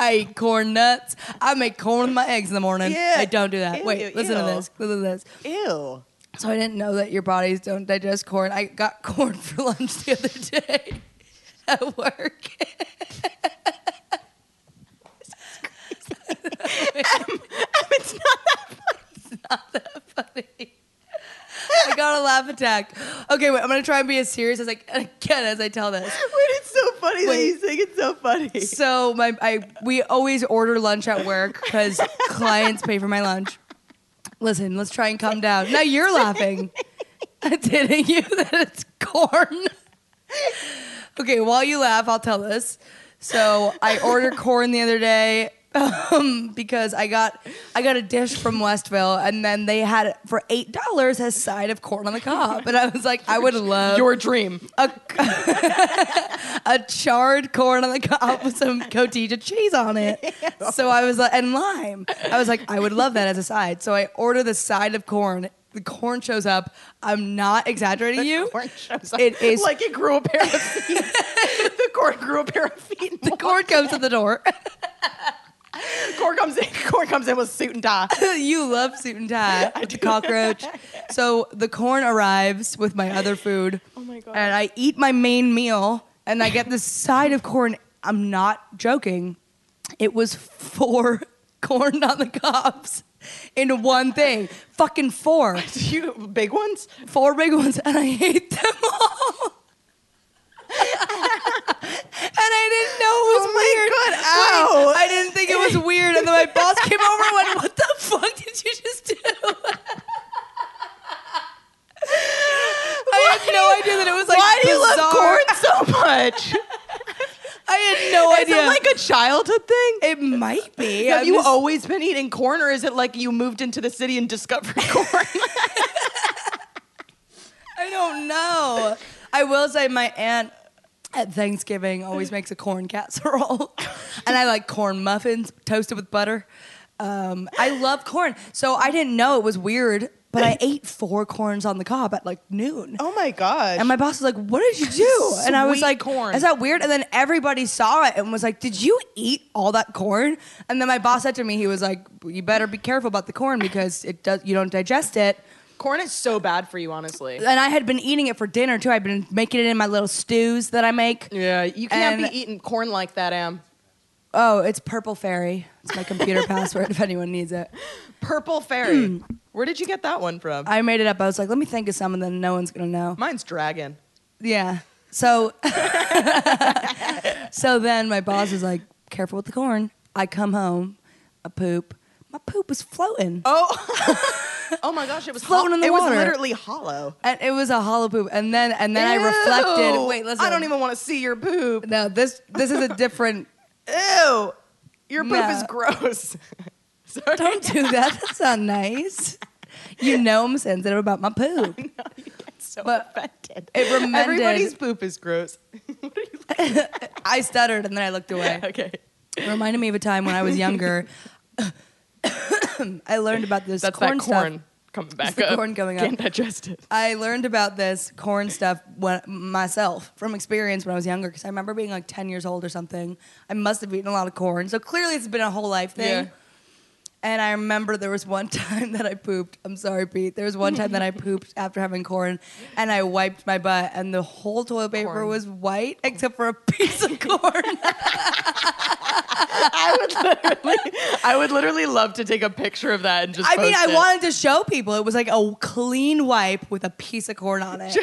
S1: I eat corn nuts. I make corn with my eggs in the morning.
S2: Yeah.
S1: I don't do that.
S2: Ew,
S1: Wait, listen to
S2: ew.
S1: this. Listen to this.
S2: Ew.
S1: So I didn't know that your bodies don't digest corn. I got corn for lunch the other day at work. I got a laugh attack. Okay, wait, I'm gonna try and be as serious as I can as I tell this.
S2: Wait, it's so funny
S1: Wait.
S2: think it's so funny.
S1: So my I we always order lunch at work because clients pay for my lunch. Listen, let's try and calm down. Now you're laughing. Didn't you that it's corn? Okay, while you laugh, I'll tell this. So I ordered corn the other day. um, because I got I got a dish from Westville, and then they had for eight dollars a side of corn on the cob, and I was like, I would love
S2: Your dream.
S1: a, a charred corn on the cob with some cotija cheese on it. So I was like, and lime. I was like, I would love that as a side. So I order the side of corn. The corn shows up. I'm not exaggerating you.
S2: Corn shows up.
S1: It is
S2: like it grew a pair of feet. the corn grew a pair of feet. and
S1: the corn comes to the door.
S2: The corn comes in. Corn comes in with suit and tie.
S1: you love suit and tie with the cockroach. So the corn arrives with my other food. Oh
S2: my gosh.
S1: And I eat my main meal and I get this side of corn. I'm not joking. It was four corn on the cobs in one thing. Fucking four.
S2: You big ones.
S1: Four big ones and I ate them all. and I didn't know it was
S2: Oh my
S1: weird.
S2: God,
S1: Like,
S2: ow.
S1: I didn't think it was weird. And then my boss came over and went, What the fuck did you just do? I had no idea that it was like
S2: Why do you love
S1: bizarre.
S2: corn so much?
S1: I had no
S2: Is
S1: idea.
S2: it like a childhood thing?
S1: it might be.
S2: Have
S1: I'm
S2: you
S1: just-
S2: always been eating corn, or is it like you moved into the city and discovered corn?
S1: I don't know. I will say my aunt at Thanksgiving always makes a corn casserole, and I like corn muffins toasted with butter. Um, I love corn, so I didn't know it was weird, but I ate four corns on the cob at like noon.
S2: oh my gosh!
S1: And my boss was like, "What did you do?" And I was
S2: Sweet
S1: like,
S2: corn.
S1: "Is that weird?" And then everybody saw it and was like, "Did you eat all that corn?" And then my boss said to me, "He was like, you better be careful about the corn because it does you don't digest it."
S2: corn is so bad for you, honestly.
S1: and I had been eating it for dinner too. I've been making it in my little stews that I make.
S2: Yeah, you can't
S1: And-
S2: be eating corn like that, Am.
S1: Oh, it's Purple Fairy. It's my computer password if anyone needs it.
S2: Purple fairy. Where did you get that one from?
S1: I made it up. I was like, let me think of some, and then no one's gonna know.
S2: Mine's dragon.
S1: Yeah. So, so then my boss is like, careful with the corn. I come home, I poop. My poop was floating.
S2: Oh, oh my gosh! It was
S1: Floating
S2: ho-
S1: in the
S2: It
S1: water.
S2: was literally hollow.
S1: And it was a hollow poop. And then and then I
S2: Ew.
S1: reflected. Wait, listen.
S2: I don't even want to see your poop.
S1: No, this this is a different.
S2: Ew, your poop
S1: No.
S2: is gross. Sorry.
S1: Don't do that. That's not nice. You know I'm sensitive about my poop.
S2: so
S1: But
S2: offended.
S1: it reminded-
S2: Everybody's poop is gross.
S1: I stuttered and then I looked away.
S2: okay.
S1: It reminded me of a time when I was younger. I learned about this
S2: That's
S1: corn
S2: that
S1: stuff.
S2: corn coming back
S1: the
S2: up.
S1: corn going up.
S2: Can't digest it.
S1: I learned about this corn stuff when, myself from experience when I was younger because I remember being like 10 years old or something. I must have eaten a lot of corn. So clearly it's been a whole life thing.
S2: Yeah.
S1: And I remember there was one time that I pooped. I'm sorry, Pete. There was one time that I pooped after having corn and I wiped my butt and the whole toilet paper
S2: Corn.
S1: was white except for a piece of corn.
S2: I would literally love to take a picture of that and just.
S1: I mean,
S2: post
S1: I
S2: it.
S1: wanted to show people. It was like a clean wipe with a piece of corn on it.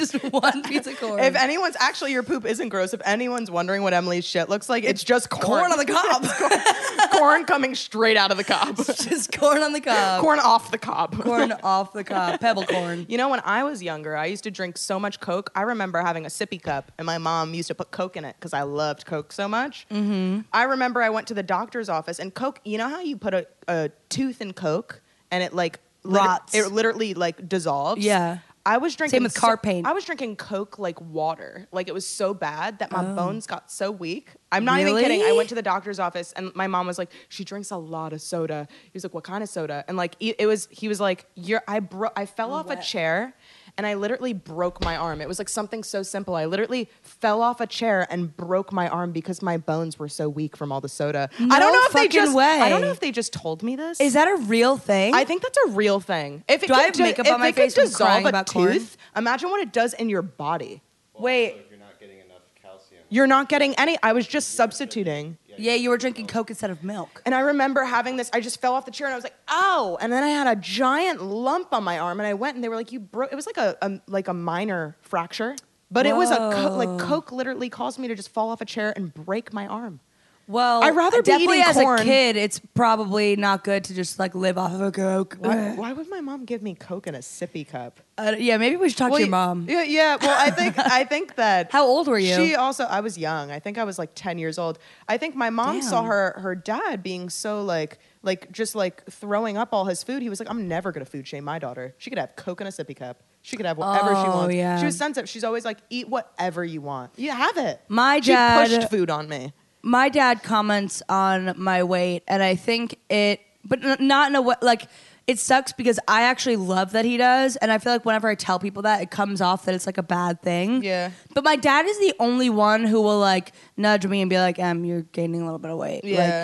S1: Just, one piece of corn.
S2: If anyone's actually your poop isn't gross, if anyone's wondering what Emily's shit looks like, it's, just corn,
S1: corn on the cob.
S2: corn coming straight out of the cob,
S1: Just corn on the cob.
S2: corn off the cob.
S1: Corn off the cob. Pebble corn.
S2: You know, when I was younger, I used to drink so much Coke. I remember having a sippy cup, and my mom used to put Coke in it because I loved Coke so much. Mm-hmm. I remember I went to the doctor's office, and Coke. You know how you put a, a tooth in Coke, and it like lit-
S1: Rots.
S2: It literally like dissolves.
S1: Yeah.
S2: I was drinking
S1: with
S2: so-
S1: car paint.
S2: I was drinking Coke like water. Like it was so bad that my bones got so weak. I'm not
S1: Oh. Really?
S2: even kidding. I went to the doctor's office and my mom was like, "She drinks a lot of soda." He was like, "What kind of soda?" And like it it was he was like, "You're I bro- I fell off a
S1: wet.
S2: chair and I literally broke my arm. It was like something so simple. I literally fell off a chair and broke my arm because my bones were so weak from all the soda. I
S1: No
S2: don't know if they
S1: fucking
S2: just I don't
S1: way.
S2: know if they just told me this.
S1: Is that a real thing?
S2: I think that's a real thing. If it
S1: Do I
S2: could
S1: have
S2: do-
S1: makeup
S2: if
S1: on my
S2: it could
S1: face from
S2: dissolve
S1: crying
S2: a
S1: about corn?
S2: tooth, imagine what it does in your body.
S1: Wait.
S3: So if you're not getting enough calcium,
S2: You're not getting any. I was just substituting.
S1: Yeah, you were drinking Coke instead of milk.
S2: And I remember having this. I just fell off the chair and I was like, "Ow!" And then I had a giant lump on my arm. And I went and they were like, "You broke." It was like a, a like a minor fracture, but it was a co- like
S1: Whoa.
S2: Coke literally caused me to just fall off a chair and break my arm.
S1: Well,
S2: I'd rather be
S1: definitely
S2: eating
S1: as
S2: corn.
S1: a kid, it's probably not good to just like live off of a coke.
S2: Why, why would my mom give me Coke in a sippy cup?
S1: Uh, yeah, maybe we should talk to your
S2: y-
S1: mom.
S2: Yeah, yeah. Well, I think I think that.
S1: How old were you?
S2: She also. I was young. I think I was like ten years old. I think my mom saw
S1: Damn.
S2: her her dad being so like like just like throwing up all his food. He was like, I'm never gonna food shame my daughter. She could have Coke in a sippy cup. She could have whatever she
S1: Oh,
S2: wants.
S1: yeah.
S2: She was sensitive. She's always like, eat whatever you want. You have it.
S1: My
S2: she
S1: dad-
S2: pushed food on me.
S1: my dad comments on my weight and i think it but n- not in a way like it sucks because i actually love that he does and i feel like whenever i tell people that it comes off that it's like a bad thing
S2: Yeah.
S1: but my dad is the only one who will like nudge me and be like em you're gaining a little bit of weight Like,
S2: Yeah.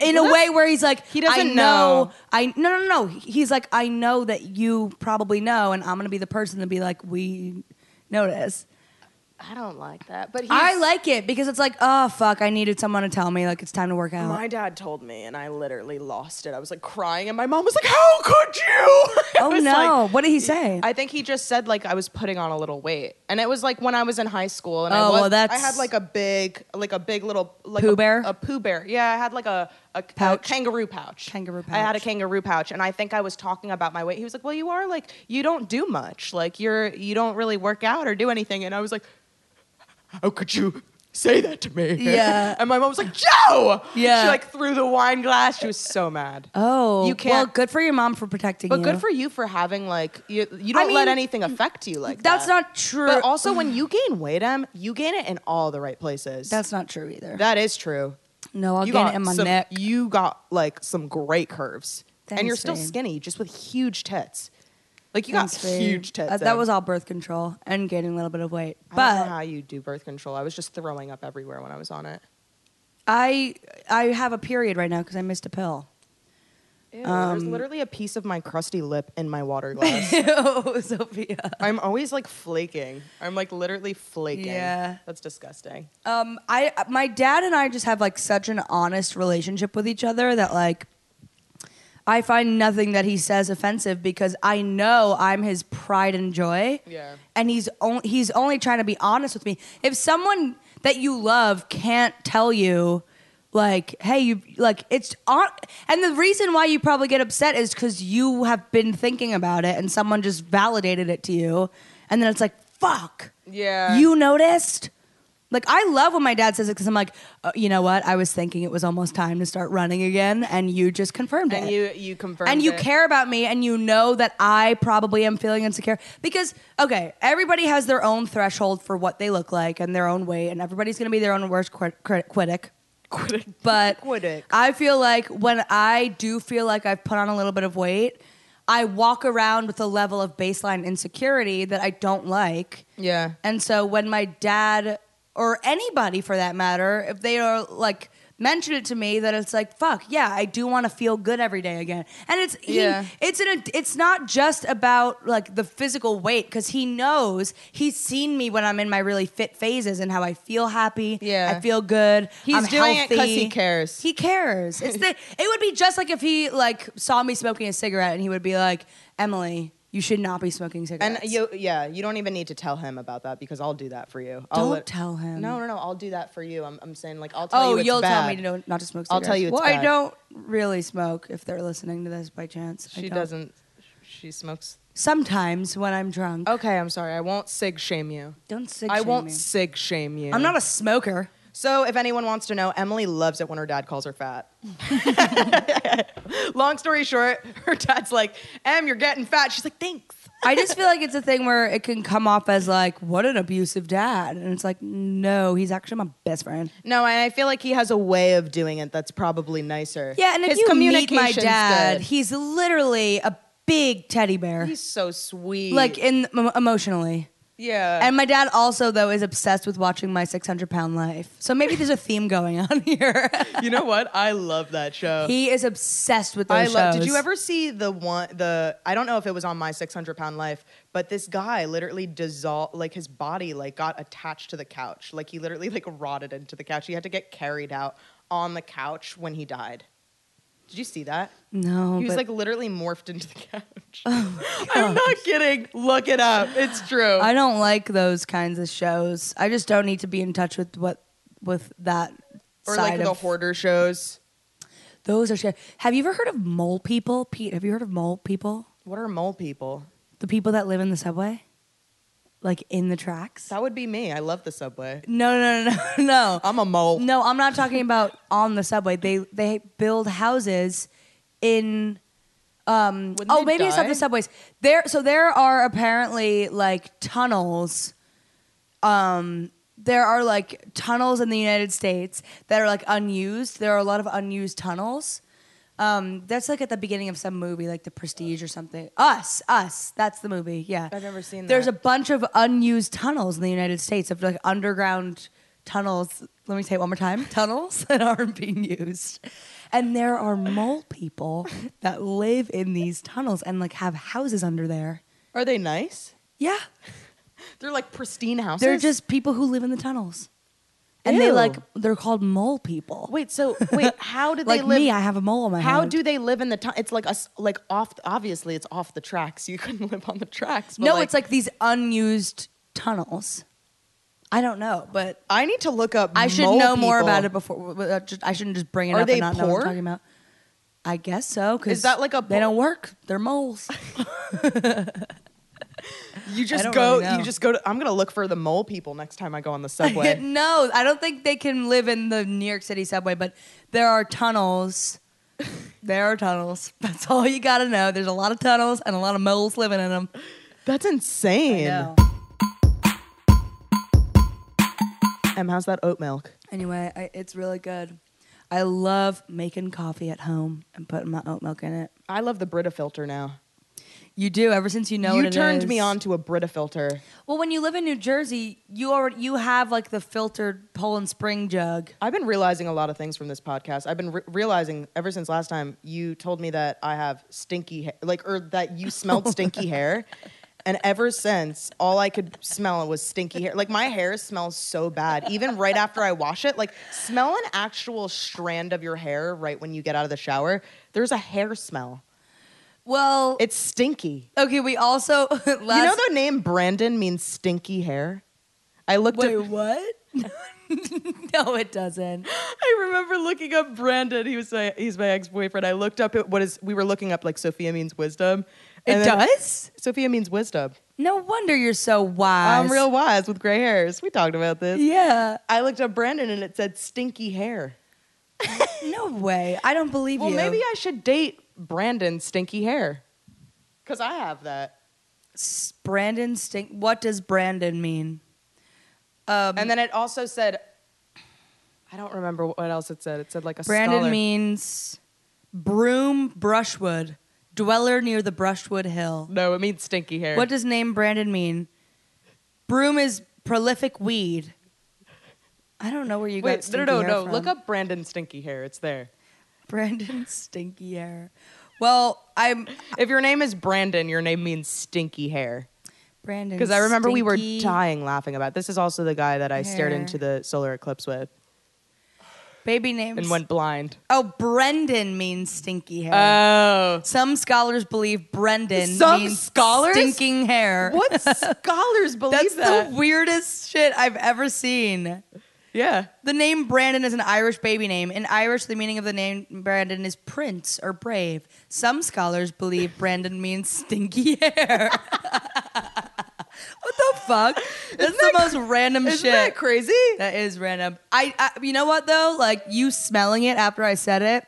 S1: in a way where he's like
S2: He doesn't
S1: I know,
S2: know.
S1: i no no no he's like i know that you probably know and i'm gonna be the person to be like we notice
S2: I don't like that. But
S1: I like it because it's like, oh fuck, I needed someone to tell me like it's time to work out.
S2: My dad told me, and I literally lost it. I was like crying, and my mom was like, "How could you?" I
S1: Oh,
S2: was
S1: no.
S2: like-
S1: What did he say?
S2: I think he just said like I was putting on a little weight, and it was like when I was in high school, and I
S1: Oh,
S2: was,
S1: well,
S2: I
S1: that's-
S2: had like a big, like a big little like
S1: Pooh
S2: a,
S1: Bear?
S2: a poo bear. Yeah, I had like a a, a
S1: Pouch?
S2: kangaroo pouch.
S1: Kangaroo
S2: I had a
S1: pouch.
S2: kangaroo pouch, and I think I was talking about my weight. He was like, "Well, you are like you don't do much. Like you're you don't really work out or do anything," and I was like, "How could you?" Say that to me.
S1: Yeah.
S2: and my mom was like, Joe!
S1: Yeah.
S2: She like threw the wine glass. She was so mad.
S1: oh,
S2: You can't-
S1: Well, good for your mom for protecting
S2: But
S1: you.
S2: good for you for having like you. You don't let
S1: mean,
S2: anything affect you like
S1: That's
S2: that.
S1: not true.
S2: But also, when you gain weight, em, you gain it in all the right places.
S1: that's not true either.
S2: that is true.
S1: no, I'll
S2: you
S1: gain
S2: got
S1: it in my
S2: some,
S1: neck.
S2: You got like some great curves, and you're
S1: Thanks,
S2: still
S1: babe.
S2: skinny, just with huge tits. Like you
S1: Thanks,
S2: got
S1: babe.
S2: huge tits.
S1: Uh, that
S2: em.
S1: was all birth control and gaining a little bit of weight.
S2: I
S1: But
S2: don't know how you do birth control. I was just throwing up everywhere when I was on it.
S1: I I have a period right now because I missed a pill. Um,
S2: Ew, there's literally a piece of my crusty lip in my water glass. Oh,
S1: Ew, Sophia.
S2: I'm always like flaking. I'm like literally flaking.
S1: Yeah.
S2: That's disgusting.
S1: Um, I my dad and I just have like such an honest relationship with each other that like I find nothing that he says offensive because I know I'm his pride and joy.
S2: Yeah.
S1: And he's only he's only trying to be honest with me. If someone that you love can't tell you like, hey, you like it's on and the reason why you probably get upset is cuz you have been thinking about it and someone just validated it to you and then it's like, fuck.
S2: Yeah.
S1: You noticed? Like I love when my dad says it because I'm like, uh, you know what? I was thinking it was almost time to start running again, and you just confirmed
S2: and
S1: it.
S2: you you confirmed
S1: and you
S2: it.
S1: care about me, and you know that I probably am feeling insecure because okay, everybody has their own threshold for what they look like and their own weight, and everybody's gonna be their own worst crit- crit- critic. But
S2: Critic.
S1: I feel like when I do feel like I've put on a little bit of weight, I walk around with a level of baseline insecurity that I don't like.
S2: yeah
S1: And so when my dad or anybody for that matter, if they are like mention it to me that it's like fuck yeah i do want to feel good every day again and it's he,
S2: Yeah.
S1: it's in a, it's not just about like the physical weight because he knows he's seen me when i'm in my really fit phases and how i feel happy
S2: Yeah.
S1: i feel good
S2: He's
S1: I'm
S2: doing it 'cause
S1: healthy.
S2: he cares.
S1: he cares it's the, it would be just like if he like saw me smoking a cigarette and he would be like emily you should not be smoking
S2: and
S1: cigarettes
S2: you yeah you don't even need to tell him about that because i'll do that for you I'll
S1: Don't
S2: lit-
S1: tell him.
S2: no no no i'll do that for you i'm, I'm saying like i'll tell
S1: Oh,
S2: you it's
S1: will
S2: bad.
S1: tell me to no- not to smoke. Cigarettes.
S2: I'll tell you it's
S1: well,
S2: bad.
S1: I don't really smoke. If they're listening to this by chance, I
S2: she
S1: don't.
S2: doesn't she smokes
S1: Sometimes when I'm drunk,
S2: okay i'm sorry i won't sig shame you
S1: don't sig.
S2: Oh, i
S1: shame
S2: won't
S1: me.
S2: sig shame you
S1: I'm not a smoker.
S2: so if anyone wants to know emily loves it when her dad calls her fat long story short her dad's like em you're getting fat she's like thanks
S1: I just feel like it's a thing where it can come off as like, what an abusive dad, and it's like, no, he's actually my best friend.
S2: No, and I feel like he has a way of doing it that's probably nicer.
S1: Yeah, and if
S2: His
S1: you meet my
S2: communication's
S1: dad,
S2: good.
S1: he's literally a big teddy bear,
S2: he's so sweet.
S1: like in m- emotionally.
S2: yeah,
S1: And my dad also though is obsessed with watching my 600 pound life. So maybe there's a theme going on here.
S2: you know what? I love that show.
S1: He is obsessed with those
S2: I love. Did
S1: shows.
S2: you ever see the one? The I don't know if it was on my 600 pound life, but this guy literally dissolved. Like his body like got attached to the couch. Like he literally like rotted into the couch. He had to get carried out on the couch when he died. Did you see that?
S1: No.
S2: He was
S1: Oh, but Oh,
S2: like literally morphed into the couch. I'm not kidding. Look it up. It's true.
S1: I don't like those kinds of shows. I just don't need to be in touch with what with that
S2: Or
S1: side
S2: like the
S1: of
S2: hoarder shows.
S1: those are shit. Have you ever heard of mole people, Pete? Have you heard of mole people?
S2: What are mole people?
S1: The people that live in the subway, like in the tracks.
S2: That would be me. I love the subway.
S1: No, no, no, no, no.
S2: I'm a mole.
S1: No, I'm not talking about on the subway. They they build houses in. Um,
S2: Wouldn't
S1: oh,
S2: they
S1: maybe it's not
S2: die?
S1: the subways. There, so there are apparently like tunnels. Um, there are like tunnels in the United States that are like unused. There are a lot of unused tunnels. Um, that's like at the beginning of some movie, like The Prestige or something. Us, Us. That's the movie. Yeah,
S2: I've never seen
S1: There's
S2: that.
S1: a bunch of unused tunnels in the United States of like underground tunnels. Let me say it one more time: tunnels that aren't being used, and there are mole people that live in these tunnels and like have houses under there.
S2: Are they nice?
S1: Yeah,
S2: They're like pristine houses.
S1: they're just people who live in the tunnels, and they
S2: Ew.
S1: like they're called mole people.
S2: wait. So wait, how do they
S1: like
S2: live?
S1: me, I have a mole on my
S2: how
S1: hand.
S2: do they live in the? tu- it's like us. Like off. Obviously, it's off the tracks. You couldn't live on the tracks. but,
S1: no? it's like these unused tunnels. I don't know, but
S2: I need to look up.
S1: I should
S2: mole
S1: know more
S2: people.
S1: about it before. w- w- uh, just- I shouldn't just bring it
S2: Are
S1: up
S2: they
S1: and not know what
S2: poor?
S1: I'm talking about. I guess so. 'cause
S2: Is that like a
S1: They
S2: po-
S1: don't work. They're moles.
S2: You just
S1: don't
S2: go.
S1: really know.
S2: you just go to. I'm gonna look for the mole people next time I go on the subway.
S1: no, I don't think they can live in the New York City subway, but there are tunnels. There are tunnels. That's all you got to know. There's a lot of tunnels and a lot of moles living in them.
S2: That's insane. Em, how's that oat milk?
S1: Anyway, I, it's really good. I love making coffee at home and putting my oat milk in it.
S2: I love the Brita filter now.
S1: You do ever since you know what
S2: you
S1: it
S2: turned me
S1: is.
S2: on to a Brita filter.
S1: Well, when you live in New Jersey, you already you have like the filtered Poland Spring jug.
S2: I've been realizing a lot of things from this podcast. I've been re- realizing ever since last time you told me that I have stinky hair, like, or that you smelled stinky hair. And ever since, all I could smell was stinky hair. Like, my hair smells so bad, even right after I wash it. Like, smell an actual strand of your hair right when you get out of the shower. There's a hair smell.
S1: Well,
S2: It's stinky.
S1: okay. We also last.
S2: you know the name Brandon means stinky hair? I looked
S1: wait,
S2: at
S1: what? no, it doesn't.
S2: I remember looking up Brandon. He was my, he's my ex boyfriend. I looked up at what is we were looking up like Sophia means wisdom.
S1: It
S2: And then-
S1: does.
S2: Sophia means wisdom.
S1: No wonder you're so wise.
S2: I'm real wise with gray hairs. We talked about this.
S1: Yeah.
S2: I looked up Brandon and it said stinky hair.
S1: No way. I don't believe
S2: Well,
S1: you.
S2: maybe I should date Brandon stinky hair. Cause I have that.
S1: S- Brandon stink. What does Brandon mean?
S2: And then it also said I don't remember what else it said. It said like a
S1: Brandon
S2: scholar.
S1: means broom brushwood, dweller near the brushwood hill.
S2: No, it means stinky hair.
S1: What does name Brandon mean? Broom is prolific weed. I don't know where you got
S2: Wait, no,
S1: stinky
S2: no,
S1: hair
S2: no.
S1: from.
S2: Look up Brandon stinky hair. It's there.
S1: Brandon stinky hair. Well, I'm
S2: If your name is Brandon, your name means stinky hair.
S1: Brandon
S2: Because I remember we were
S1: Stinky
S2: dying laughing about. This is also the guy that I stared
S1: Hair.
S2: into the solar eclipse with
S1: Baby names.
S2: and went blind.
S1: oh, Brendan means stinky hair.
S2: Oh.
S1: Some scholars believe Brendan
S2: Some
S1: means
S2: scholars?
S1: stinking hair.
S2: What scholars believe
S1: That's
S2: that?
S1: the weirdest shit I've ever seen.
S2: yeah.
S1: The name Brandon is an Irish baby name. In Irish, the meaning of the name Brandon is prince or brave. Some scholars believe Brandon means stinky hair. what the fuck? That's the most random
S2: Isn't
S1: shit.
S2: that crazy?
S1: that is random. I, I, you know what though? Like you smelling it after I said it.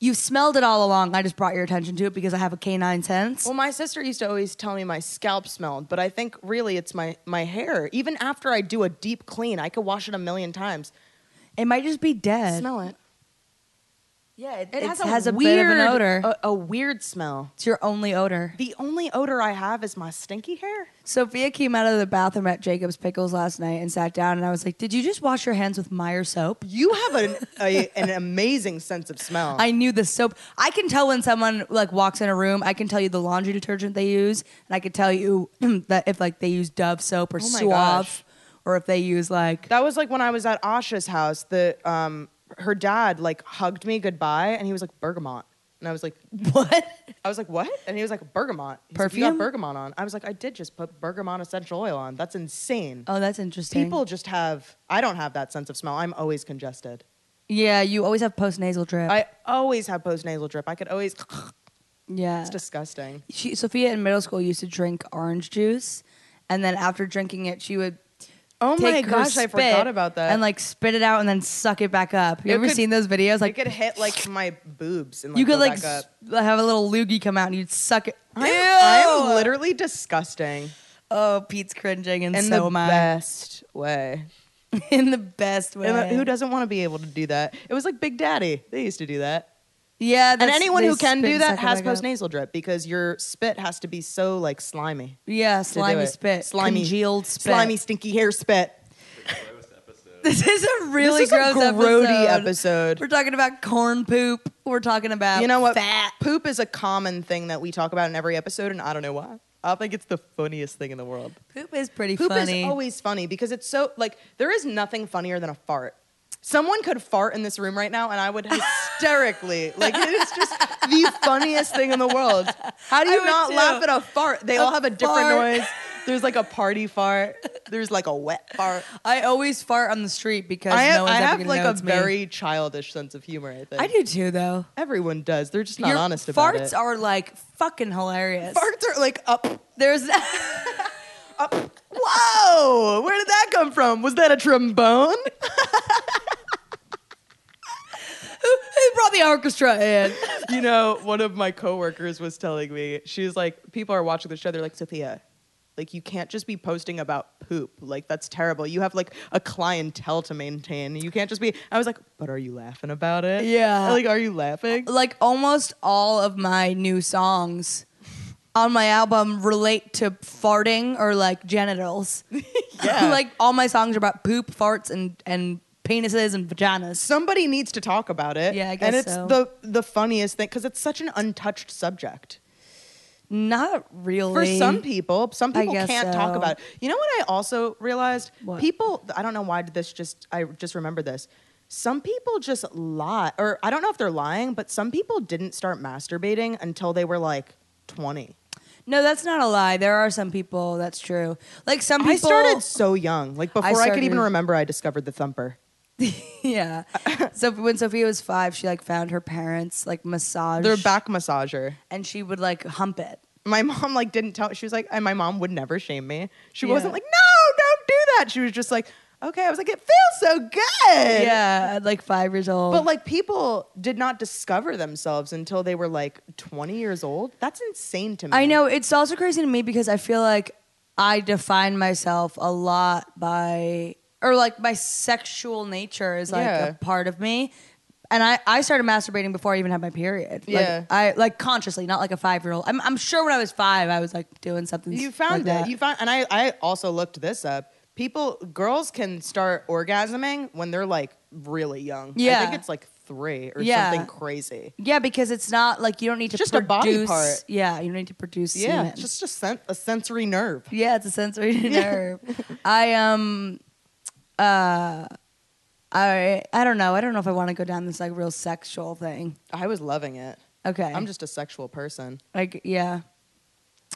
S1: You smelled it all along. I just brought your attention to it because I have a canine sense.
S2: Well, my sister used to always tell me my scalp smelled, but I think really it's my, my hair. Even after I do a deep clean, I could wash it a million times.
S1: It might just be dead.
S2: Smell it.
S1: Yeah, it,
S2: It
S1: it
S2: has a,
S1: bit of an
S2: weird-
S1: odor.
S2: A, a weird smell.
S1: it's your only odor.
S2: The only odor I have is my stinky hair.
S1: Sophia came out of the bathroom at Jacob's Pickles last night and sat down, and I was like, "Did you just wash your hands with Meyer soap?"
S2: You have an, a, an amazing sense of smell.
S1: I knew the soap. I can tell when someone like walks in a room. I can tell you the laundry detergent they use, and I can tell you that if like they use Dove soap or
S2: Oh my
S1: Suave,
S2: gosh.
S1: or if they use like
S2: That was like when I was at Asha's house. The um, her dad like hugged me goodbye, and he was like bergamot. And I was like,
S1: What?
S2: I was like, what? And he was like, bergamot. He's like,
S1: Perfume?
S2: you got bergamot on. I was like, I did just put bergamot essential oil on. That's insane.
S1: Oh, that's interesting.
S2: People just have. I don't have that sense of smell. I'm always congested.
S1: Yeah, you always have post nasal drip.
S2: I always have post nasal drip. I could always.
S1: yeah.
S2: It's disgusting.
S1: she, Sophia in middle school used to drink orange juice, and then after drinking it, she would
S2: Oh my
S1: take her
S2: gosh, I
S1: spit
S2: forgot about that.
S1: and like spit it out and then suck it back up. You
S2: It
S1: ever
S2: could-
S1: seen those videos?
S2: it
S1: Like
S2: could hit like my boobs and like
S1: you
S2: go
S1: could like
S2: back up.
S1: s- have a little loogie come out and you'd suck it.
S2: I'm, I'm
S1: Ew!
S2: literally disgusting
S1: oh, Pete's cringing and
S2: in
S1: so
S2: the
S1: am I.
S2: best way.
S1: in the best way.
S2: And uh, who doesn't want to be able to do that? It was like Big Daddy. They used to do that.
S1: Yeah,
S2: And
S1: that's-
S2: anyone
S1: they
S2: who can
S1: spit
S2: do
S1: and
S2: that
S1: suck oh it
S2: has
S1: back up.
S2: post nasal drip because your spit has to be so like slimy.
S1: Yeah,
S2: to do
S1: slimy
S2: it.
S1: spit,
S2: slimy
S1: congealed spit.
S2: slimy stinky hair spit.
S3: Gross episode.
S1: This is a really
S2: this is
S1: gross
S2: a grody
S1: episode.
S2: episode.
S1: We're talking about corn poop. We're talking about
S2: You know what?
S1: Fat.
S2: Poop is a common thing that we talk about in every episode, and I don't know why. I think it's the funniest thing in the world.
S1: Poop is pretty
S2: Poop
S1: funny.
S2: is always funny because it's so like there is nothing funnier than a fart. Someone could fart in this room right now, and I would hysterically like it is just the funniest thing in the world. How do
S1: I
S2: you
S1: would
S2: not
S1: too.
S2: laugh at a fart? They all have a different
S1: fart.
S2: noise. There's like a party fart. There's like a wet fart.
S1: I always fart on the street because
S2: I have,
S1: no one's
S2: I
S1: ever
S2: have
S1: gonna
S2: like
S1: know
S2: a
S1: it's me.
S2: very childish sense of humor. I think
S1: I do too though.
S2: Everyone does. They're just not
S1: Your
S2: honest about
S1: farts
S2: it.
S1: are like fucking hilarious.
S2: farts are like up.
S1: There's
S2: Whoa! Where did that come from? Was that a trombone?
S1: who brought the orchestra in?
S2: you know, one of my coworkers was telling me, she was like, people are watching the show. They're like, Sophia, like you can't just be posting about poop. Like that's terrible. You have like a clientele to maintain. You can't just be. I was like, but are you laughing about it?
S1: Yeah. Uh,
S2: Like, are you laughing?
S1: like almost all of my new songs on my album relate to farting or like genitals.
S2: Yeah.
S1: like all my songs are about poop, farts, and and penises and vaginas.
S2: Somebody needs to talk about it.
S1: Yeah, I guess
S2: And it's
S1: so.
S2: the the funniest thing because it's such an untouched subject.
S1: Not really.
S2: For some people, some
S1: I
S2: people
S1: guess
S2: can't talk
S1: so.
S2: about. It. You know what I also realized?
S1: What?
S2: People, I don't know why did this just. I just remember this. Some people just lie, or I don't know if they're lying, but some people didn't start masturbating until they were like twenty.
S1: No, that's not a lie. There are some people. That's true. Like some people.
S2: I started so young, like before I, could
S1: started-
S2: even remember, I discovered the thumper.
S1: Yeah. so when Sophia was five, she like found her parents like massage
S2: Their back massager.
S1: and she would like hump it.
S2: My mom like didn't tell. She was like, and my mom would never shame me. She
S1: Yeah.
S2: wasn't like, no, don't do that. She was just like, okay. I was like, it feels so good.
S1: Yeah, at like five years old.
S2: But like people did not discover themselves until they were like 20 years old. That's insane to me.
S1: I know it's also crazy to me because I feel like I define myself a lot by or like my sexual nature is like
S2: Yeah.
S1: a part of me. And I, I started masturbating before I even had my period. Like,
S2: Yeah.
S1: I like consciously, not like a five year old. I'm I'm sure when I was five I was like doing something.
S2: You
S1: s-
S2: found
S1: like that.
S2: it. You found and I I also looked this up. People girls can start orgasming when they're like really young. I
S1: Yeah.
S2: think it's like 3 or
S1: Yeah.
S2: something crazy.
S1: yeah, because it's not like you don't need to
S2: Just a
S1: produce,
S2: body part.
S1: Yeah, you don't need to produce
S2: Yeah,
S1: semen.
S2: it's just a sen- a sensory nerve.
S1: Yeah, it's a sensory nerve. I um uh I I don't know. I don't know if I want to go down this like real sexual thing.
S2: I was loving it.
S1: Okay.
S2: I'm just a sexual person.
S1: like yeah.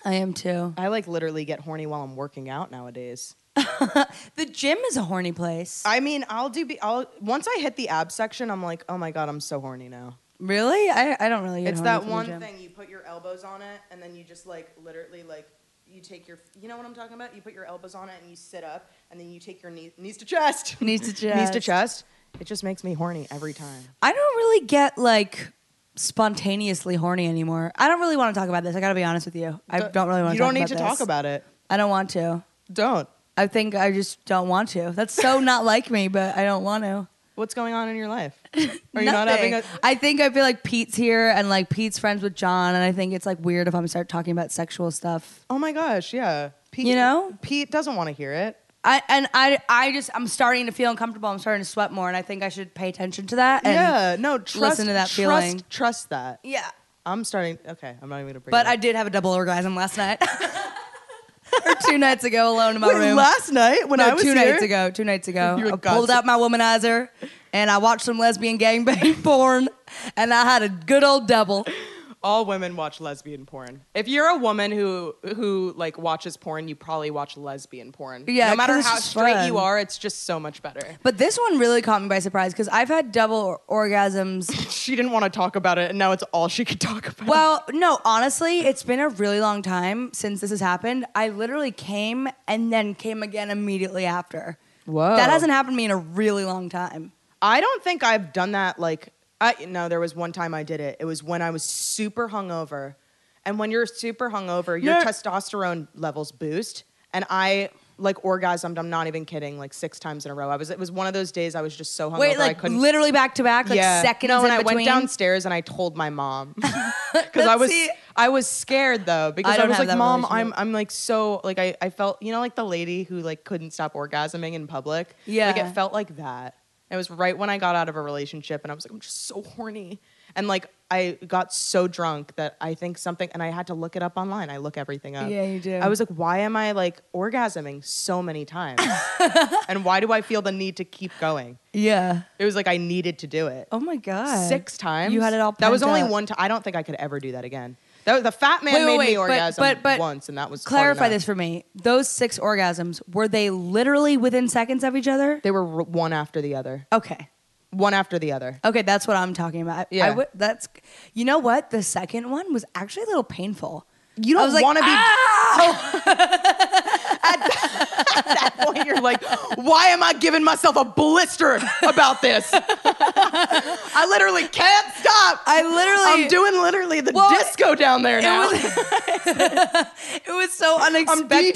S1: I am too.
S2: I like literally get horny while I'm working out nowadays.
S1: The gym is a horny place.
S2: I mean, I'll do be- I'll once I hit the ab section, I'm like, "Oh my god, I'm so horny now."
S1: really? I I don't really get
S2: It's
S1: horny
S2: that
S1: from the
S2: one
S1: gym.
S2: thing you put your elbows on it and then you just like literally like you take your you know what I'm talking about? You put your elbows on it and you sit up and then you take your knee, knees to chest.
S1: Knees to
S2: Knees to
S1: chest.
S2: chest. It just makes me horny every time.
S1: I don't really get like spontaneously horny anymore. I don't really want to talk about this. I got to be honest with you. I don't really want to
S2: You
S1: talk
S2: don't need
S1: about
S2: to
S1: this.
S2: talk about it.
S1: I don't want to.
S2: Don't.
S1: I think I just don't want to. That's so not like me, but I don't want to.
S2: What's going on in your life? Are you not having
S1: Nothing.
S2: a
S1: I think I feel like Pete's here and like Pete's friends with John, and I think it's like weird if I'm start talking about sexual stuff.
S2: Oh my gosh, yeah. Pete
S1: You know?
S2: Pete doesn't want to hear it.
S1: I and I I just I'm starting to feel uncomfortable. I'm starting to sweat more, and I think I should pay attention to that. And
S2: yeah, no, trust
S1: to that
S2: trust,
S1: feeling.
S2: Trust that.
S1: yeah.
S2: I'm starting okay, I'm not even gonna bring
S1: But
S2: it
S1: I
S2: up.
S1: did have a double orgasm last night, or two nights ago, alone in my
S2: Wait,
S1: room.
S2: last night when
S1: no,
S2: I was
S1: two
S2: here,
S1: nights ago. Two nights ago,
S2: You were
S1: I pulled
S2: godsend-
S1: out my womanizer and I watched some lesbian gangbang porn, and I had a good old double.
S2: All women watch lesbian porn. If you're a woman who who like watches porn, you probably watch lesbian porn.
S1: Yeah,
S2: no matter
S1: 'cause it's
S2: how
S1: just
S2: straight
S1: fun.
S2: you are, it's just so much better.
S1: But this one really caught me by surprise because I've had double or- orgasms
S2: She didn't want to talk about it, and now it's all she could talk about.
S1: Well, no, honestly, it's been a really long time since this has happened. I literally came and then came again immediately after.
S2: Whoa.
S1: That hasn't happened to me in a really long time.
S2: I don't think I've done that. Like, I, no, there was one time I did it. It was when I was super hungover, and when you're super hungover, your
S1: No.
S2: testosterone levels boost, and I like orgasmed. I'm not even kidding. Like six times in a row. I was. It was one of those days I was just so hungover
S1: Wait,
S2: I
S1: like
S2: couldn't.
S1: literally back to back, like seconds
S2: No,
S1: in
S2: and I
S1: between.
S2: went downstairs and I told my mom because I
S1: That's
S2: was
S1: it.
S2: I was scared though because I,
S1: don't
S2: was
S1: have
S2: like,
S1: that
S2: Mom, I'm
S1: relationship.
S2: I'm like so like I I felt you know like the lady who like couldn't stop orgasming in public.
S1: Yeah.
S2: like it felt like that. It was right when I got out of a relationship and I was like, I'm just so horny and like. I got so drunk that I think something, and I had to look it up online. I look everything up.
S1: Yeah, you do.
S2: I was like, why am I like orgasming so many times? and why do I feel the need to keep going?
S1: yeah.
S2: It was like I needed to do it
S1: Oh my god.
S2: six times.
S1: You had it all.
S2: That was
S1: pent
S2: only
S1: up.
S2: one time. I don't think I could ever do that again. That was, the fat man
S1: Wait, wait,
S2: made
S1: wait,
S2: me
S1: but-
S2: orgasm
S1: but- but
S2: once, and that was hard
S1: Clarify
S2: enough.
S1: this for me. Those six orgasms were they literally within seconds of each other?
S2: They were r- one after the other,
S1: Okay.
S2: one after the other.
S1: Okay, that's what I'm talking about. I- I
S2: Yeah.
S1: would- that's. You know what? The second one was actually a little painful.
S2: You
S1: I
S2: don't
S1: was like, "Ah!"
S2: want to be. At that point, you're like, why am I giving myself a blister about this? I literally can't stop.
S1: I literally.
S2: am doing literally the
S1: Well,
S2: disco down there now.
S1: It was so unexpected.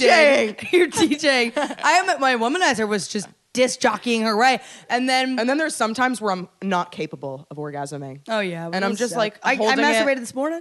S2: DJing.
S1: You're DJing. I am. My womanizer was just disc jockeying her way, and then
S2: and then there's sometimes where I'm not capable of orgasming.
S1: oh yeah,
S2: And I'm
S1: those
S2: just
S1: suck.
S2: like
S1: I, I
S2: holding it-
S1: masturbated this morning.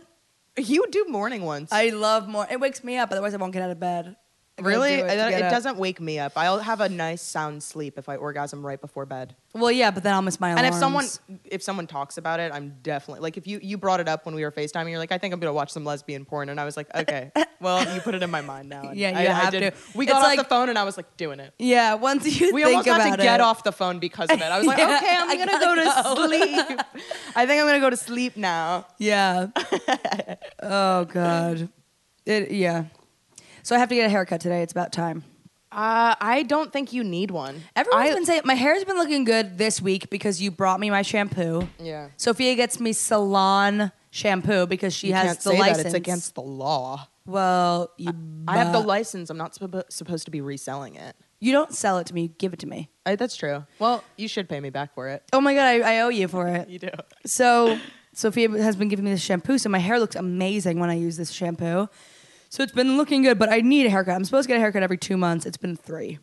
S2: You do morning ones.
S1: I love more. It wakes me up. Otherwise, I won't get out of bed. I gotta
S2: Really?
S1: do
S2: It,
S1: to
S2: it
S1: get up.
S2: doesn't wake me up. I'll have a nice sound sleep if I orgasm right before bed.
S1: Well, yeah, but then I'll miss my
S2: And if someone
S1: alarms.
S2: if someone talks about it, I'm definitely like if you you brought it up when we were FaceTiming, you're like, I think I'm gonna watch some lesbian porn, and I was like, okay, well, you put it in my mind now. and
S1: Yeah, you
S2: I, I
S1: have
S2: did-
S1: to.
S2: We got
S1: It's
S2: off the
S1: like-
S2: phone, and I was like, doing it.
S1: yeah, once you
S2: We
S1: think
S2: almost
S1: about
S2: had to get
S1: it.
S2: off the phone because of it. I was like,
S1: Yeah,
S2: okay, I'm
S1: I
S2: gonna
S1: gotta
S2: go to sleep. I think I'm gonna go to sleep now.
S1: Yeah. oh god. It yeah. So I have to get a haircut today. It's about time.
S2: Uh, I don't think you need one.
S1: Everyone's been saying my hair's been looking good this week because you brought me my shampoo.
S2: Yeah.
S1: Sophia gets me salon shampoo because she
S2: You
S1: has
S2: can't
S1: the
S2: say
S1: license.
S2: that. It's against the law.
S1: Well, you
S2: I have the
S1: bu-
S2: license. I'm not suppo- supposed to be reselling it.
S1: You don't sell it to me. You give it to me.
S2: I, that's true. Well, you should pay me back for it.
S1: Oh my god, I, I owe you for it.
S2: You do.
S1: So Sophia has been giving me this shampoo, so my hair looks amazing when I use this shampoo. So it's been looking good, but I need a haircut. I'm supposed to get a haircut every two months. It's been three.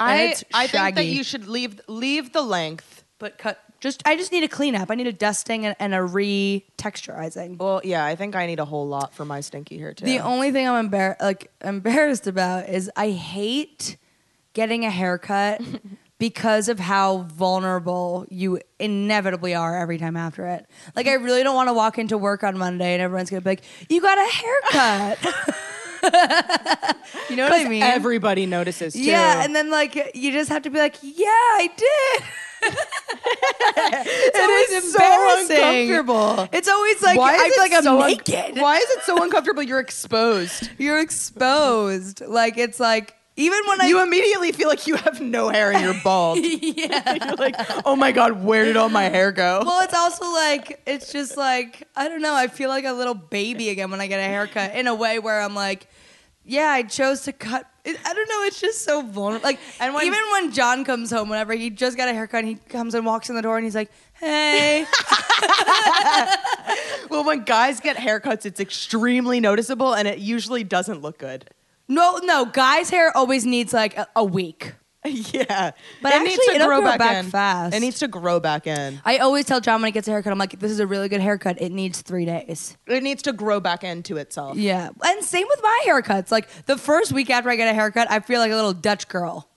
S1: And
S2: I,
S1: it's
S2: I think that
S1: shaggy.
S2: you should leave leave the length.
S1: but cut. Just I just need a cleanup. I need a dusting and, and a re-texturizing.
S2: Well, yeah, I think I need a whole lot for my stinky hair too.
S1: The only thing I'm embar- like embarrassed about is I hate getting a haircut because of how vulnerable you inevitably are every time after it. Like I really don't want to walk into work on Monday and everyone's gonna be like, "You got a haircut." you know what I mean?
S2: Everybody notices too.
S1: yeah, and then like you just have to be like, "Yeah, I did." it's always
S2: is so
S1: embarrassing.
S2: uncomfortable.
S1: It's always like I feel like I'm
S2: so un-
S1: naked.
S2: why is it so uncomfortable? You're exposed.
S1: You're exposed. Like it's like even when I
S2: You immediately feel like you have no hair and you're bald.
S1: yeah.
S2: You're like, oh my god, where did all my hair go?
S1: Well, it's also like it's just like I don't know. I feel like a little baby again when I get a haircut in a way where I'm like, yeah, I chose to cut. It, I don't know. It's just so vulnerable. Like,
S2: And when-
S1: even when John comes home, whenever he just got a haircut, and he comes and walks in the door, and he's like, hey,
S2: Well, when guys get haircuts, it's extremely noticeable and it usually doesn't look good.
S1: no, no, guys' hair always needs like a, a week.
S2: yeah.
S1: But actually, it'll grow back fast.
S2: It needs to grow back in.
S1: I always tell John when he gets a haircut, I'm like, this is a really good haircut. It needs three days.
S2: It needs to grow back into itself.
S1: Yeah. And same with my haircuts. Like the first week after I get a haircut, I feel like a little Dutch girl.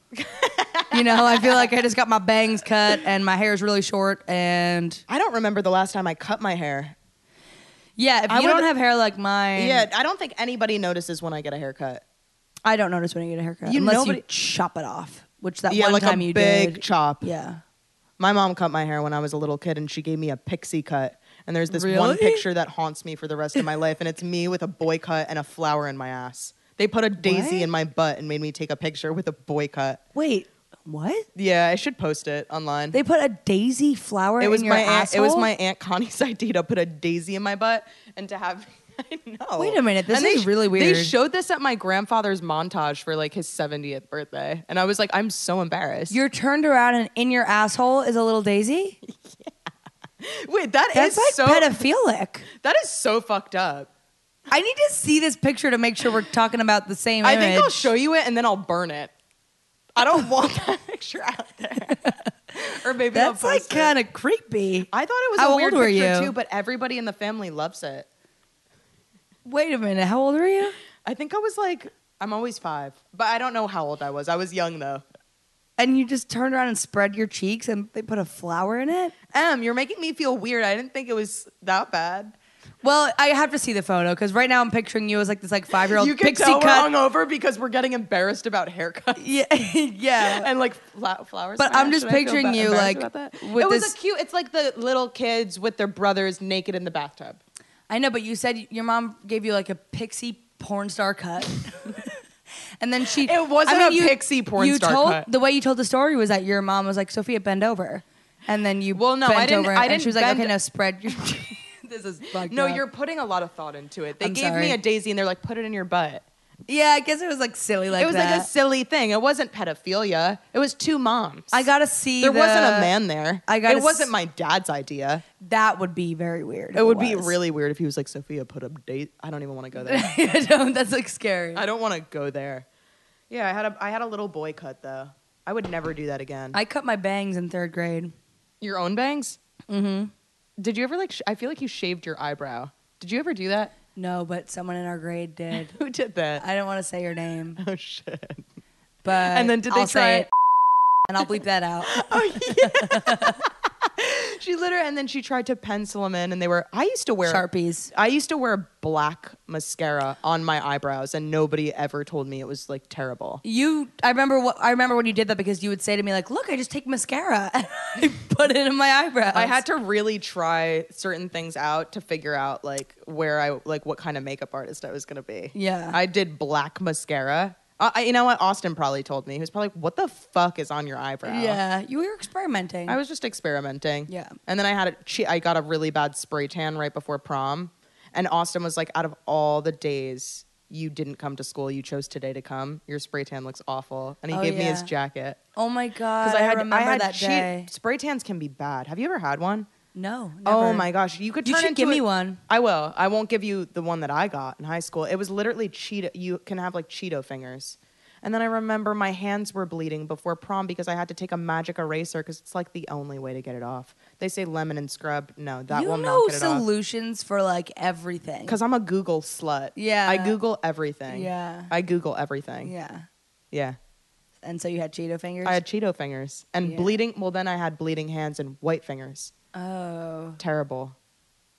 S1: you know, I feel like I just got my bangs cut and my hair is really short. And
S2: I don't remember the last time I cut my hair.
S1: yeah, if
S2: I
S1: you don't
S2: would-
S1: have hair like mine,
S2: Yeah, I don't think anybody notices when I get a haircut.
S1: I don't notice when you get a haircut.
S2: You-
S1: unless
S2: nobody-
S1: you chop it off, which that
S2: yeah,
S1: one
S2: like
S1: time
S2: a
S1: you
S2: big
S1: did.
S2: chop.
S1: Yeah.
S2: My mom cut my hair when I was a little kid and she gave me a pixie cut. And there's this
S1: Really?
S2: one picture that haunts me for the rest of my life, and it's me with a boy cut and a flower in my ass. They put a daisy
S1: What?
S2: in my butt and made me take a picture with a boy cut.
S1: Wait, what?
S2: Yeah, I should post it online.
S1: They put a daisy flower
S2: it was
S1: in your
S2: my aunt, it was
S1: asshole?
S2: my aunt Connie's idea to put a daisy in my butt and to have I know.
S1: Wait a minute, this
S2: they
S1: is
S2: sh-
S1: really
S2: They
S1: weird.
S2: showed this at my grandfather's montage for like his 70th birthday, and I was like, I'm so embarrassed.
S1: You're turned around and in your asshole is a little daisy?
S2: Wait, that
S1: That's
S2: is
S1: like
S2: so
S1: pedophilic.
S2: that is so fucked up.
S1: I need to see this picture to make sure we're talking about the same
S2: I
S1: image.
S2: think I'll show you it and then I'll burn it. I don't want that picture out there. or maybe
S1: That's
S2: I'll
S1: like
S2: post it.
S1: kind of creepy.
S2: I thought it was
S1: How
S2: a weird
S1: old were
S2: picture
S1: you?
S2: too, but everybody in the family loves it.
S1: Wait a minute, how old are you?
S2: I think I was like, I'm always five, but I don't know how old I was. I was young though.
S1: And you just turned around and spread your cheeks and they put a flower in it?
S2: Em, you're making me feel weird. I didn't think it was that bad.
S1: Well, I have to see the photo because right now I'm picturing you as like this like five year old
S2: you can
S1: pixie
S2: tell
S1: cut.
S2: we're hungover because we're getting embarrassed about haircuts.
S1: yeah, yeah.
S2: And like fla- flowers,
S1: But
S2: in my
S1: I'm
S2: hair.
S1: just
S2: Should I feel
S1: picturing
S2: ba-
S1: you,
S2: embarrassed
S1: like,
S2: about that?
S1: with
S2: it was
S1: this-
S2: a cute. It's like the little kids with their brothers naked in the bathtub.
S1: I know, but you said your mom gave you like a pixie porn star cut. and then she
S2: It wasn't
S1: I
S2: a
S1: mean, you,
S2: pixie porn
S1: you
S2: star
S1: told,
S2: cut.
S1: The way you told the story was that your mom was like, Sophia, bend over. And then you
S2: Well, no,
S1: bent
S2: I didn't-
S1: over
S2: I
S1: and
S2: didn't
S1: she was like,
S2: bend-
S1: Okay, now spread your This is fucked
S2: No,
S1: up.
S2: you're putting a lot of thought into it. They
S1: I'm
S2: gave
S1: sorry.
S2: me a daisy and they're like, put it in your butt.
S1: Yeah, I guess it was like silly like
S2: it was
S1: that.
S2: like a silly thing. It wasn't pedophilia. It was two moms.
S1: I gotta see
S2: there
S1: the-
S2: wasn't a man there.
S1: I gotta
S2: it wasn't
S1: s-
S2: my dad's idea.
S1: That would be very weird. if
S2: It would be
S1: was.
S2: really weird if he was like, Sophia, put up date. I don't even want to go there.
S1: I don't- that's like scary.
S2: I don't want to go there. Yeah, I had a I had a little boy cut though. I would never do that again.
S1: I cut my bangs in third grade.
S2: your own bangs? Mm-hmm. Did you ever like? Sh- I feel like you shaved your eyebrow. Did you ever do that?
S1: No, but someone in our grade did.
S2: Who did that?
S1: I don't want to say your name,
S2: oh shit.
S1: but
S2: And then did they
S1: I'll say
S2: try
S1: it? And I'll bleep that out.
S2: She literally, and then she tried to pencil them in, and they were. I used to wear
S1: Sharpies.
S2: I used to wear black mascara on my eyebrows, and nobody ever told me it was like terrible.
S1: You, I remember what I remember when you did that because you would say to me like, "Look, I just take mascara and I put it in my eyebrows."
S2: I had to really try certain things out to figure out like where I like what kind of makeup artist I was gonna be.
S1: Yeah.
S2: I did black mascara. I, I- you know what? Austin probably told me. He was probably like, "What the fuck is on your eyebrow?"
S1: Yeah, you were experimenting.
S2: I was just experimenting.
S1: Yeah.
S2: And then I had a che- I got a really bad spray tan right before prom, and Austin was like, "Out of all the days you didn't come to school, you chose today to come. Your spray tan looks awful." And he
S1: Oh,
S2: gave me his
S1: yeah.
S2: jacket
S1: oh my god! I,
S2: had
S1: remember
S2: I had
S1: that
S2: che-
S1: day.
S2: Spray tans can be bad. Have you ever had one?
S1: No.
S2: Oh
S1: never.
S2: my gosh, you could
S1: You
S2: turn
S1: should
S2: into
S1: give me
S2: a-
S1: one.
S2: I will. I won't give you the one that I got in high school. It was literally Cheeto. You can have like Cheeto fingers. And then I remember my hands were bleeding before prom because I had to take a magic eraser because it's like the only way to get it off. They say lemon and scrub. No, that
S1: you
S2: will
S1: know
S2: not get it off.
S1: solutions for like everything.
S2: Because I'm a Google slut.
S1: Yeah.
S2: I Google everything.
S1: Yeah.
S2: I Google everything.
S1: yeah,
S2: Yeah.
S1: and so you had Cheeto fingers.
S2: I had Cheeto fingers and
S1: Yeah.
S2: bleeding. Well, then I had bleeding hands and white fingers.
S1: oh,
S2: Terrible.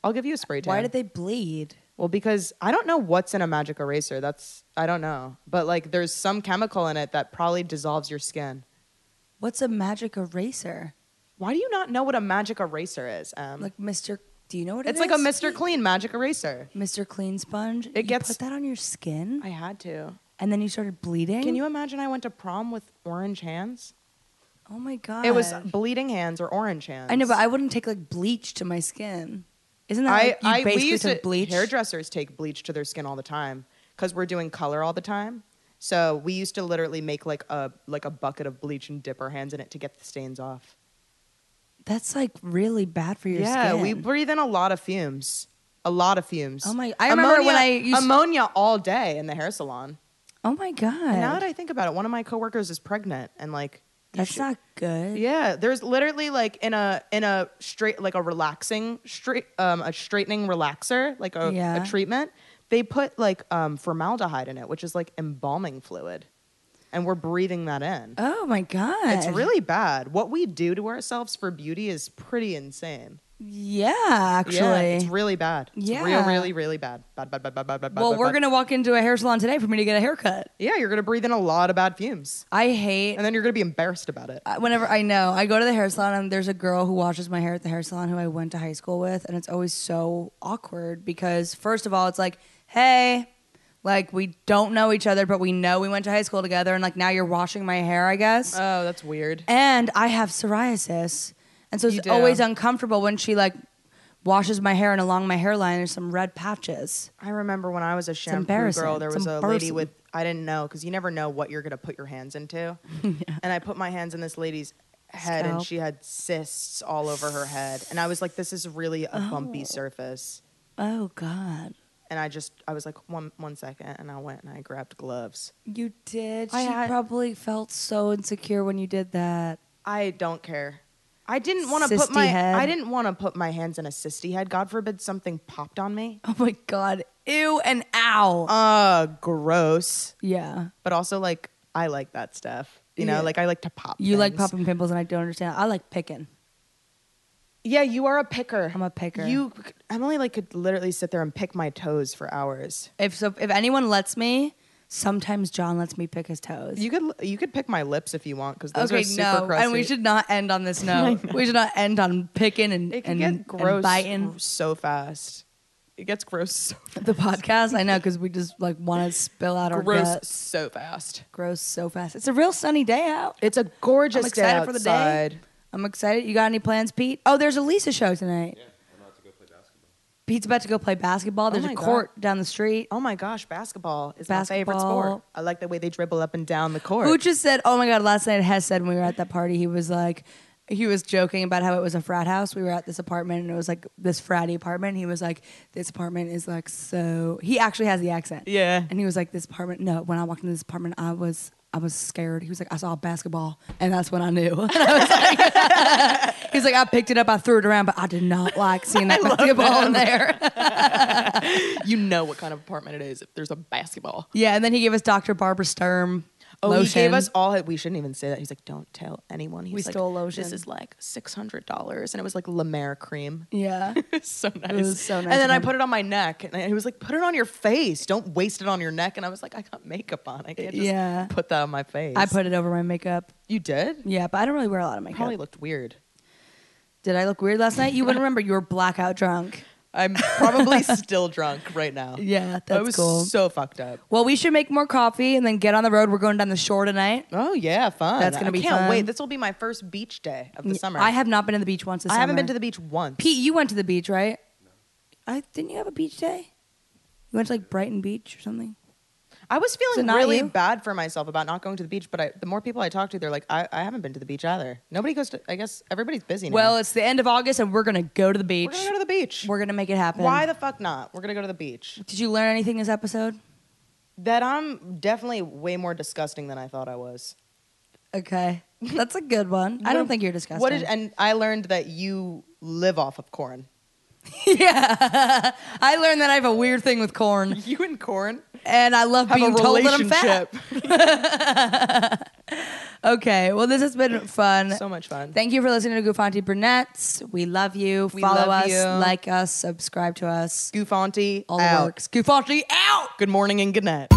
S2: I'll give you a spray tan.
S1: why did they bleed?
S2: Well, because I don't know what's in a magic eraser. That's I don't know. But like there's some chemical in it that probably dissolves your skin.
S1: What's a magic eraser?
S2: Why do you not know what a magic eraser is? Um,
S1: Like Mr. Do you know what it
S2: it's like a
S1: is?
S2: Mr. Clean magic eraser.
S1: Mr. Clean sponge. you
S2: gets-
S1: put that on your skin,
S2: I had to.
S1: and then you started bleeding.
S2: Can you imagine I went to prom with orange hands?
S1: Oh my god!
S2: It was bleeding hands or orange hands.
S1: I know, but I wouldn't take like bleach to my skin. Isn't that
S2: I,
S1: like, you
S2: I, we
S1: basically
S2: used
S1: took
S2: to-
S1: bleach?
S2: Hairdressers take bleach to their skin all the time because we're doing color all the time. So we used to literally make like a like a bucket of bleach and dip our hands in it to get the stains off.
S1: That's like really bad for your
S2: yeah,
S1: skin.
S2: we breathe in a lot of fumes. A lot of fumes.
S1: Oh my- I remember when I
S2: Ammonia-
S1: used-
S2: ammonia all day in the hair salon.
S1: oh my god!
S2: And now that I think about it, one of my coworkers is pregnant and like you
S1: That's
S2: should-
S1: not good.
S2: Yeah, there's literally like in a in a straight like a relaxing straight um a straightening relaxer, like a,
S1: Yeah.
S2: a treatment. They put like um formaldehyde in it, which is like embalming fluid. And we're breathing that in.
S1: Oh my god!
S2: It's really bad. What we do to ourselves for beauty is pretty insane.
S1: Yeah, actually.
S2: Yeah, it's really bad. It's
S1: Yeah.
S2: real, really, really bad. Bad, bad, bad, bad, bad, bad. bad,
S1: well,
S2: bad,
S1: we're
S2: bad.
S1: gonna walk into a hair salon today for me to get a haircut.
S2: Yeah, you're gonna breathe in a lot of bad fumes,
S1: I hate
S2: and then you're gonna be embarrassed about it.
S1: I- whenever I know, I go to the hair salon and there's a girl who washes my hair at the hair salon who I went to high school with, and it's always so awkward because first of all, it's like, hey, like we don't know each other, but we know we went to high school together, and like now you're washing my hair, I guess.
S2: Oh, that's weird.
S1: and I have psoriasis, and so
S2: You
S1: it's
S2: do.
S1: always uncomfortable when she like washes my hair and along my hairline there's some red patches.
S2: I remember when I was a shampoo
S1: embarrassing.
S2: girl, there
S1: It's
S2: was a lady
S1: embarrassing.
S2: with I didn't know because you never know what you're gonna put your hands into, and I put my hands in this lady's head, and
S1: Scalp.
S2: she had cysts all over her head, and I was like, this is really a bumpy surface,
S1: Oh God,
S2: and I just I was like one one second, and I went and I grabbed gloves.
S1: you did.
S2: I
S1: she
S2: had-
S1: probably felt so insecure when you did that.
S2: I don't care. I didn't want to put
S1: Cysty
S2: my
S1: head.
S2: I didn't want to put my hands in a cysty head. God forbid something popped on me.
S1: Oh my God, ew and ow.
S2: Uh, gross.
S1: Yeah.
S2: But also like I like that stuff. You know,
S1: Yeah.
S2: like I like to pop.
S1: You like
S2: things.
S1: popping pimples, and I don't understand. I like picking.
S2: Yeah, you are a picker.
S1: I'm a picker.
S2: You, Emily, like could literally sit there and pick my toes for hours.
S1: If so, if anyone lets me, sometimes John lets me pick his toes.
S2: You could you could pick my lips if you want because those
S1: okay,
S2: are super
S1: no,
S2: crusty.
S1: and we should not end on this note. we should not end on picking and
S2: It can
S1: and,
S2: get gross
S1: and biting
S2: so fast. It gets gross, so
S1: the podcast. I know because we just like want to spill out our
S2: gross
S1: guts.
S2: so fast.
S1: Gross so fast. It's a real sunny day out.
S2: It's a gorgeous
S1: I'm excited
S2: day
S1: for the day.
S2: outside.
S1: I'm excited. You got any plans, Pete? Oh, there's a Lisa show tonight.
S3: Yeah, I'm about to go play basketball.
S1: Pete's about to go play basketball. There's
S2: my
S1: a
S2: God.
S1: court down the street.
S2: Oh my gosh, basketball is my favorite
S1: Basketball.
S2: sport. I like the way they dribble up and down the court.
S1: Who just said, "Oh my god!" Last night, Hess said when we were at that party, he was like, he was joking about how it was a frat house. We were at this apartment, and it was like this fratty apartment. He was like, "This apartment is like so." He actually has the accent.
S2: Yeah.
S1: and he was like, "This apartment." No, when I walked into this apartment, I was. I was scared. He was like, I saw a basketball, and that's when I knew. And I was like, He's like, I picked it up, I threw it around, but I did not like seeing that basketball in there.
S2: you know what kind of apartment it is if there's a basketball.
S1: yeah, and then he gave us Dr. Barbara Sturm.
S2: Oh, he
S1: lotion.
S2: gave us all. We shouldn't even say that. He's like, don't tell anyone. He's
S1: We
S2: like,
S1: stole lotion.
S2: This is like six hundred dollars, and it was like La Mer cream.
S1: Yeah.
S2: It's so nice.
S1: was so nice
S2: And
S1: of
S2: then I
S1: him.
S2: put it on my neck, and he was like, put it on your face. Don't waste it on your neck. And I was like, I got makeup on. I can't just
S1: Yeah.
S2: put that on my face.
S1: I put it over my makeup.
S2: You did?
S1: Yeah, but I don't really wear a lot of makeup.
S2: Probably looked weird.
S1: Did I look weird last night? You wouldn't remember. You were blackout drunk.
S2: I'm probably still drunk right now.
S1: Yeah,
S2: I
S1: that's
S2: was
S1: cool.
S2: so fucked up.
S1: Well, we should make more coffee and then get on the road. We're going down the shore tonight.
S2: Oh yeah, fun.
S1: That's gonna
S2: I
S1: be
S2: can't
S1: fun.
S2: wait. This will be my first beach day of the summer.
S1: I have not been to the beach once this
S2: I
S1: summer.
S2: haven't been to the beach once.
S1: Pete, you went to the beach, right? I didn't you have a beach day? You went to like Brighton Beach or something?
S2: I was
S1: Is it
S2: feeling
S1: not
S2: really
S1: you?
S2: bad for myself about not going to the beach, but I, the more people I talk to, they're like, I, I haven't been to the beach either. Nobody goes to. I guess everybody's busy now.
S1: Well, it's the end of August and we're gonna go to the beach.
S2: we're gonna go to the beach.
S1: We're gonna make it happen.
S2: Why the fuck not? We're gonna go to the beach.
S1: Did you learn anything this episode?
S2: That I'm definitely way more disgusting than I thought I was.
S1: Okay. That's a good one. I don't think you're disgusting.
S2: What did? And I learned that you live off of corn.
S1: yeah. I learned that I have a weird thing with corn.
S2: You and corn
S1: and I love
S2: have
S1: being
S2: a
S1: told that I'm
S2: relationship.
S1: fat. Okay, well, this has been fun.
S2: so much fun.
S1: Thank you for listening to Gufanti Burnett's. We love you.
S2: We
S1: Follow
S2: love
S1: us,
S2: you.
S1: like us, subscribe to us.
S2: Goofanti
S1: All the
S2: out.
S1: works. Gufanti out.
S2: Good morning and good night.